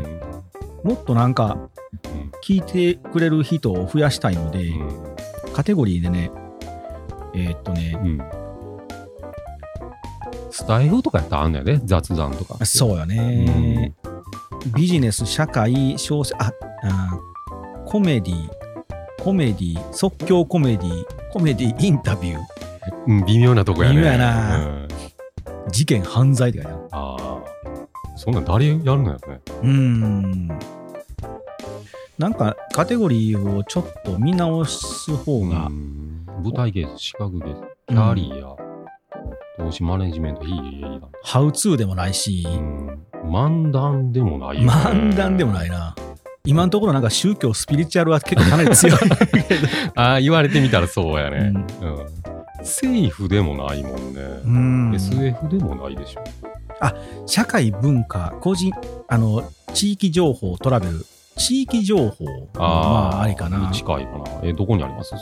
A: ん。
B: もっとなんか、
A: ん
B: 聞いてくれる人を増やしたいので、
A: うん
B: カテゴリーでね、えーっとね、
A: うんスタイルとかやったらあんのやで、雑談とか。
B: そうよね、ビジネス、社会、小説、ああー、コメディ、コメディ、即興コメディ、コメディインタビュー、
A: うん、微妙なとこやね。
B: 微妙やな
A: うん
B: 事件、犯罪とかや
A: ああ。そんなん誰やるのやろね。
B: うーん。なんかカテゴリーをちょっと見直す方が
A: う、ん舞台芸術、資格芸術、キャリア、投資マネジメント、非営利団
B: ハウツーでもないし、
A: 体。うん漫談でもないよね。
B: 漫談でもないな。今のところなんか宗教スピリチュアルは結構かなり
A: [LAUGHS]
B: 強い、
A: ああ、言われてみたらそうや
B: う
A: ね。
B: ん
A: うん。セーフでもないもんね。
B: うん
A: SF でもないでしょ。
B: 社会文化個人あの地域情報トラベル地域情報まあありかな
A: 近いかな。え、どこにありますそれ。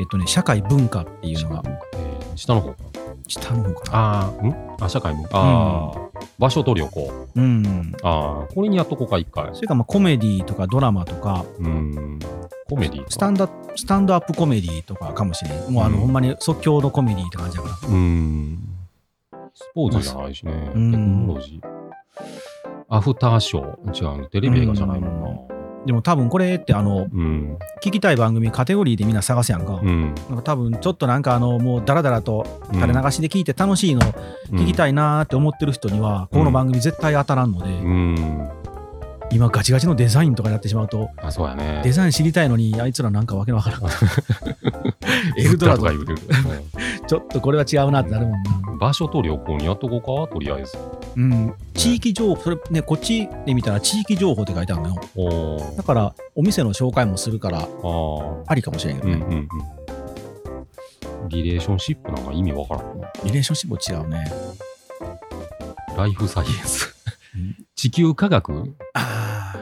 B: えっとね社会文化っていうのが
A: えー下の方かな。
B: 下の方かな
A: ああ、んあ、社会も。ああ、場所と旅行。
B: うん
A: ああ、これにやっとこうか、一回。
B: それからまあコメディとかドラマとか
A: うん。コメディか
B: スタンダスタンドアップコメディとかかもしれんもうあの、
A: うん
B: ほんまに即興のコメディって感じだから
A: うん。スポーツじゃないしね。
B: うん
A: テクノロジー。アフターショー。違うね。テレビ映画じゃないも
B: でも多分これってあの
A: んな。うん。
B: 聞きたい番組カテゴリーでみんな探すやんか,、
A: うん。
B: なんか多分ちょっとなんかあのもうダラダラと垂れ流しで聞いて楽しいの聞き
A: い。
B: たいなーって思ってる人には、この番組絶対当たらんので、
A: うん。
B: 今ガチガチのデザインとかやってしまうと
A: あ、そうやね。
B: デザイン知りたいのにあいつらなんかわけの
A: [LAUGHS]
B: わからんエルドラ
A: と
B: ド
A: か言うてる。
B: [LAUGHS] ちょっとこれは違うなってなるもんな、
A: うん場所と旅行にやっとこうか、とりあえず。
B: うん、地域情報それねこっちで見たら地域情報って書いてあるのよ
A: おー
B: だからお店の紹介もするから
A: ああ。
B: ありかもしれんけ
A: う
B: ど
A: ん
B: ね、
A: うんうん。リレーションシップなんか意味わからんな。
B: リレーションシップも違うね
A: ライフサイエンス
B: うん。
A: 地球科学
B: あ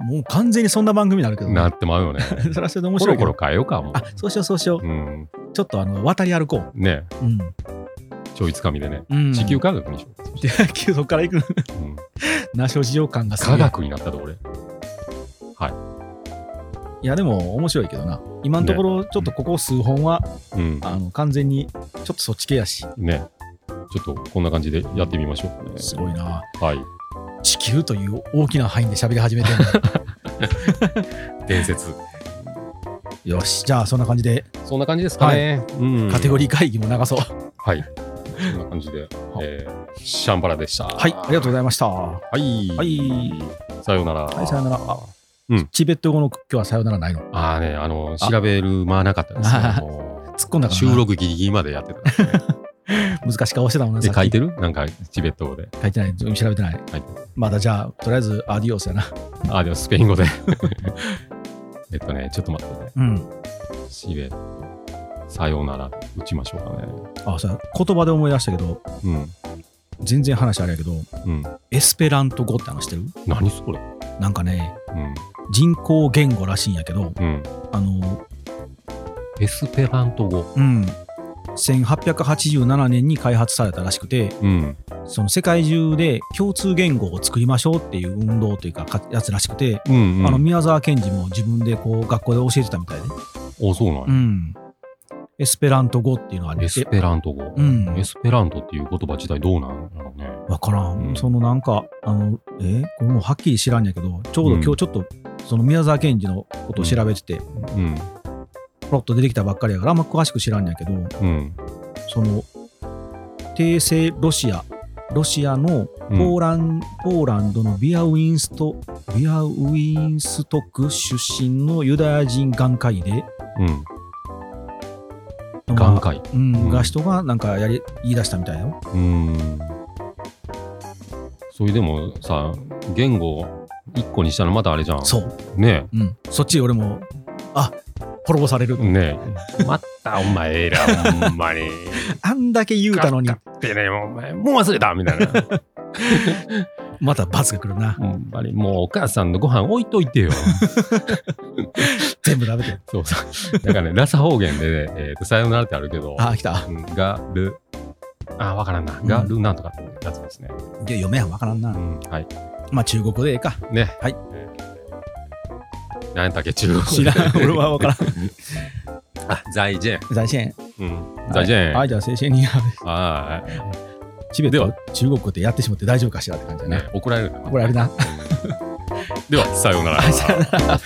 B: あもう完全にそんな番組になるけどね
A: なってまうよね。
B: [LAUGHS] それはそれで
A: コ
B: 面白
A: ロ
B: いけ
A: コ
B: ど
A: ロ変えようか、もう。
B: あそうしようそうしよう
A: うん。
B: ちょっとあの渡り歩こう、
A: ね
B: うん
A: ちょいつかみでね。
B: うん、
A: 地球科学にしよう。
B: で [LAUGHS] 野球そこから行く
A: うん
B: ナショ事情感がすご
A: 科
B: い
A: 学になったと俺。
B: いやでも面白いけどな今のところちょっとここ数本は、
A: うん。
B: あの完全にちょっとそっち系やし
A: ね。ちょっとこんな感じでやってみましょう、ね。
B: すごいな
A: はい。
B: 地球という大きな範囲で喋り始めてる
A: [LAUGHS]
B: んだ
A: 伝説。
B: よしじゃあそんな感じで
A: そんな感じですかね。うん
B: カテゴリー会議も流そう、
A: はい。そんな感じで、えーシャンバラでした。
B: はいありがとうございましたは
A: はい。
B: はい。
A: さようなら。
B: いさよならあ
A: うん
B: チベット語の今日はさよならないの
A: ああね、あの、調べる間なかったですね
B: あ。
A: も
B: 突っ込んだ
A: う
B: から
A: 収
B: な
A: 録ギリギリまでやって
B: [LAUGHS]
A: た。
B: 難しい顔してたもんね
A: で、
B: さっ
A: 書
B: き
A: いてるなんか、チベット語で。
B: 書いてない調べてない
A: はい。
B: まだじゃあとりあえずアディオスやな
A: ああ、でもスペイン語で。 [LAUGHS] えっとね、ちょっと待ってね。
B: うん
A: チベット、さようなら、打ちましょうか
B: あそう言葉で思い出したけど
A: ね。
B: 全然話あれやけど
A: うん。うん。
B: エスペラント語って話してる
A: 何それ
B: なんかね
A: うん。
B: 人工言語らしいんやけど
A: うん。
B: あの、
A: エスペラント語。
B: うん、1887年に開発されたらしくて
A: うん。
B: その世界中で共通言語を作りましょうっていう運動というかかやつらしくて、
A: うん、うん。
B: あの宮沢賢治も自分でこう学校で教えてたみたいで、
A: お、そうなんや
B: うん、エスペラント語っていうのがあり
A: エ
B: ま
A: ス
B: て
A: ペラント語。
B: うん
A: エスペラントっていう言葉自体どうなんだろうね。
B: わからん、
A: うん
B: そのなんかあのえーこれもうはっきり知らんやけどちょうど今
A: うん
B: 日ちょっとその宮沢賢治のことを調べてて、
A: うん。
B: ポロッと出てきたばっかりやからあんま詳しく知らんやけど
A: うん。
B: その帝政ロシアロシアのポーラン、ポーランドのビアウィンスト、ビアウィンストク出身のユダヤ人眼科医で、
A: うん。
B: ま
A: 眼
B: あ
A: 科医。
B: うん
A: うん
B: が人がなんかやり言い出したみたいよ。
A: うーん。それでもさ、言語一個にしたらまたあれじゃん。
B: そう、
A: ね
B: うん、そっち俺も、あ滅ぼされる、
A: え。ね
B: [LAUGHS]
A: え。またお前ら、ほんまに。
B: あんだけ言うたのに
A: ガ、ッてね、お前、もう忘れたみたい
B: [LAUGHS]
A: な。
B: また罰が来るな、
A: ほんまに、もうお母さんのご飯置いといて
B: [LAUGHS]
A: よ。
B: 全部食べて。
A: そうそう。だからね、ラサ方言でね、えーと、さよなら [LAUGHS] ってあるけど、
B: あ、来た。
A: うんが、る、あ、わからんな。
B: ん
A: が、るなんとかってやつですね。
B: で、読めやんわからんな
A: う。ん。はい。
B: まあ、中国語でええか。
A: ね。
B: はい
A: えー何やったっけ、中国
B: 知らん、俺は分からん。
A: あ、 [LAUGHS] 財前。
B: 財政。
A: うん。財前。
B: はい、じゃあ、正社に。
A: は
B: チベッ
A: で
B: ト
A: は、
B: 中国語ってやってしまって大丈夫かしらって感じ
A: い。
B: だ
A: ね
B: ね。、
A: 怒られるな。
B: これあれな。
A: では、さようなら。
B: さよなら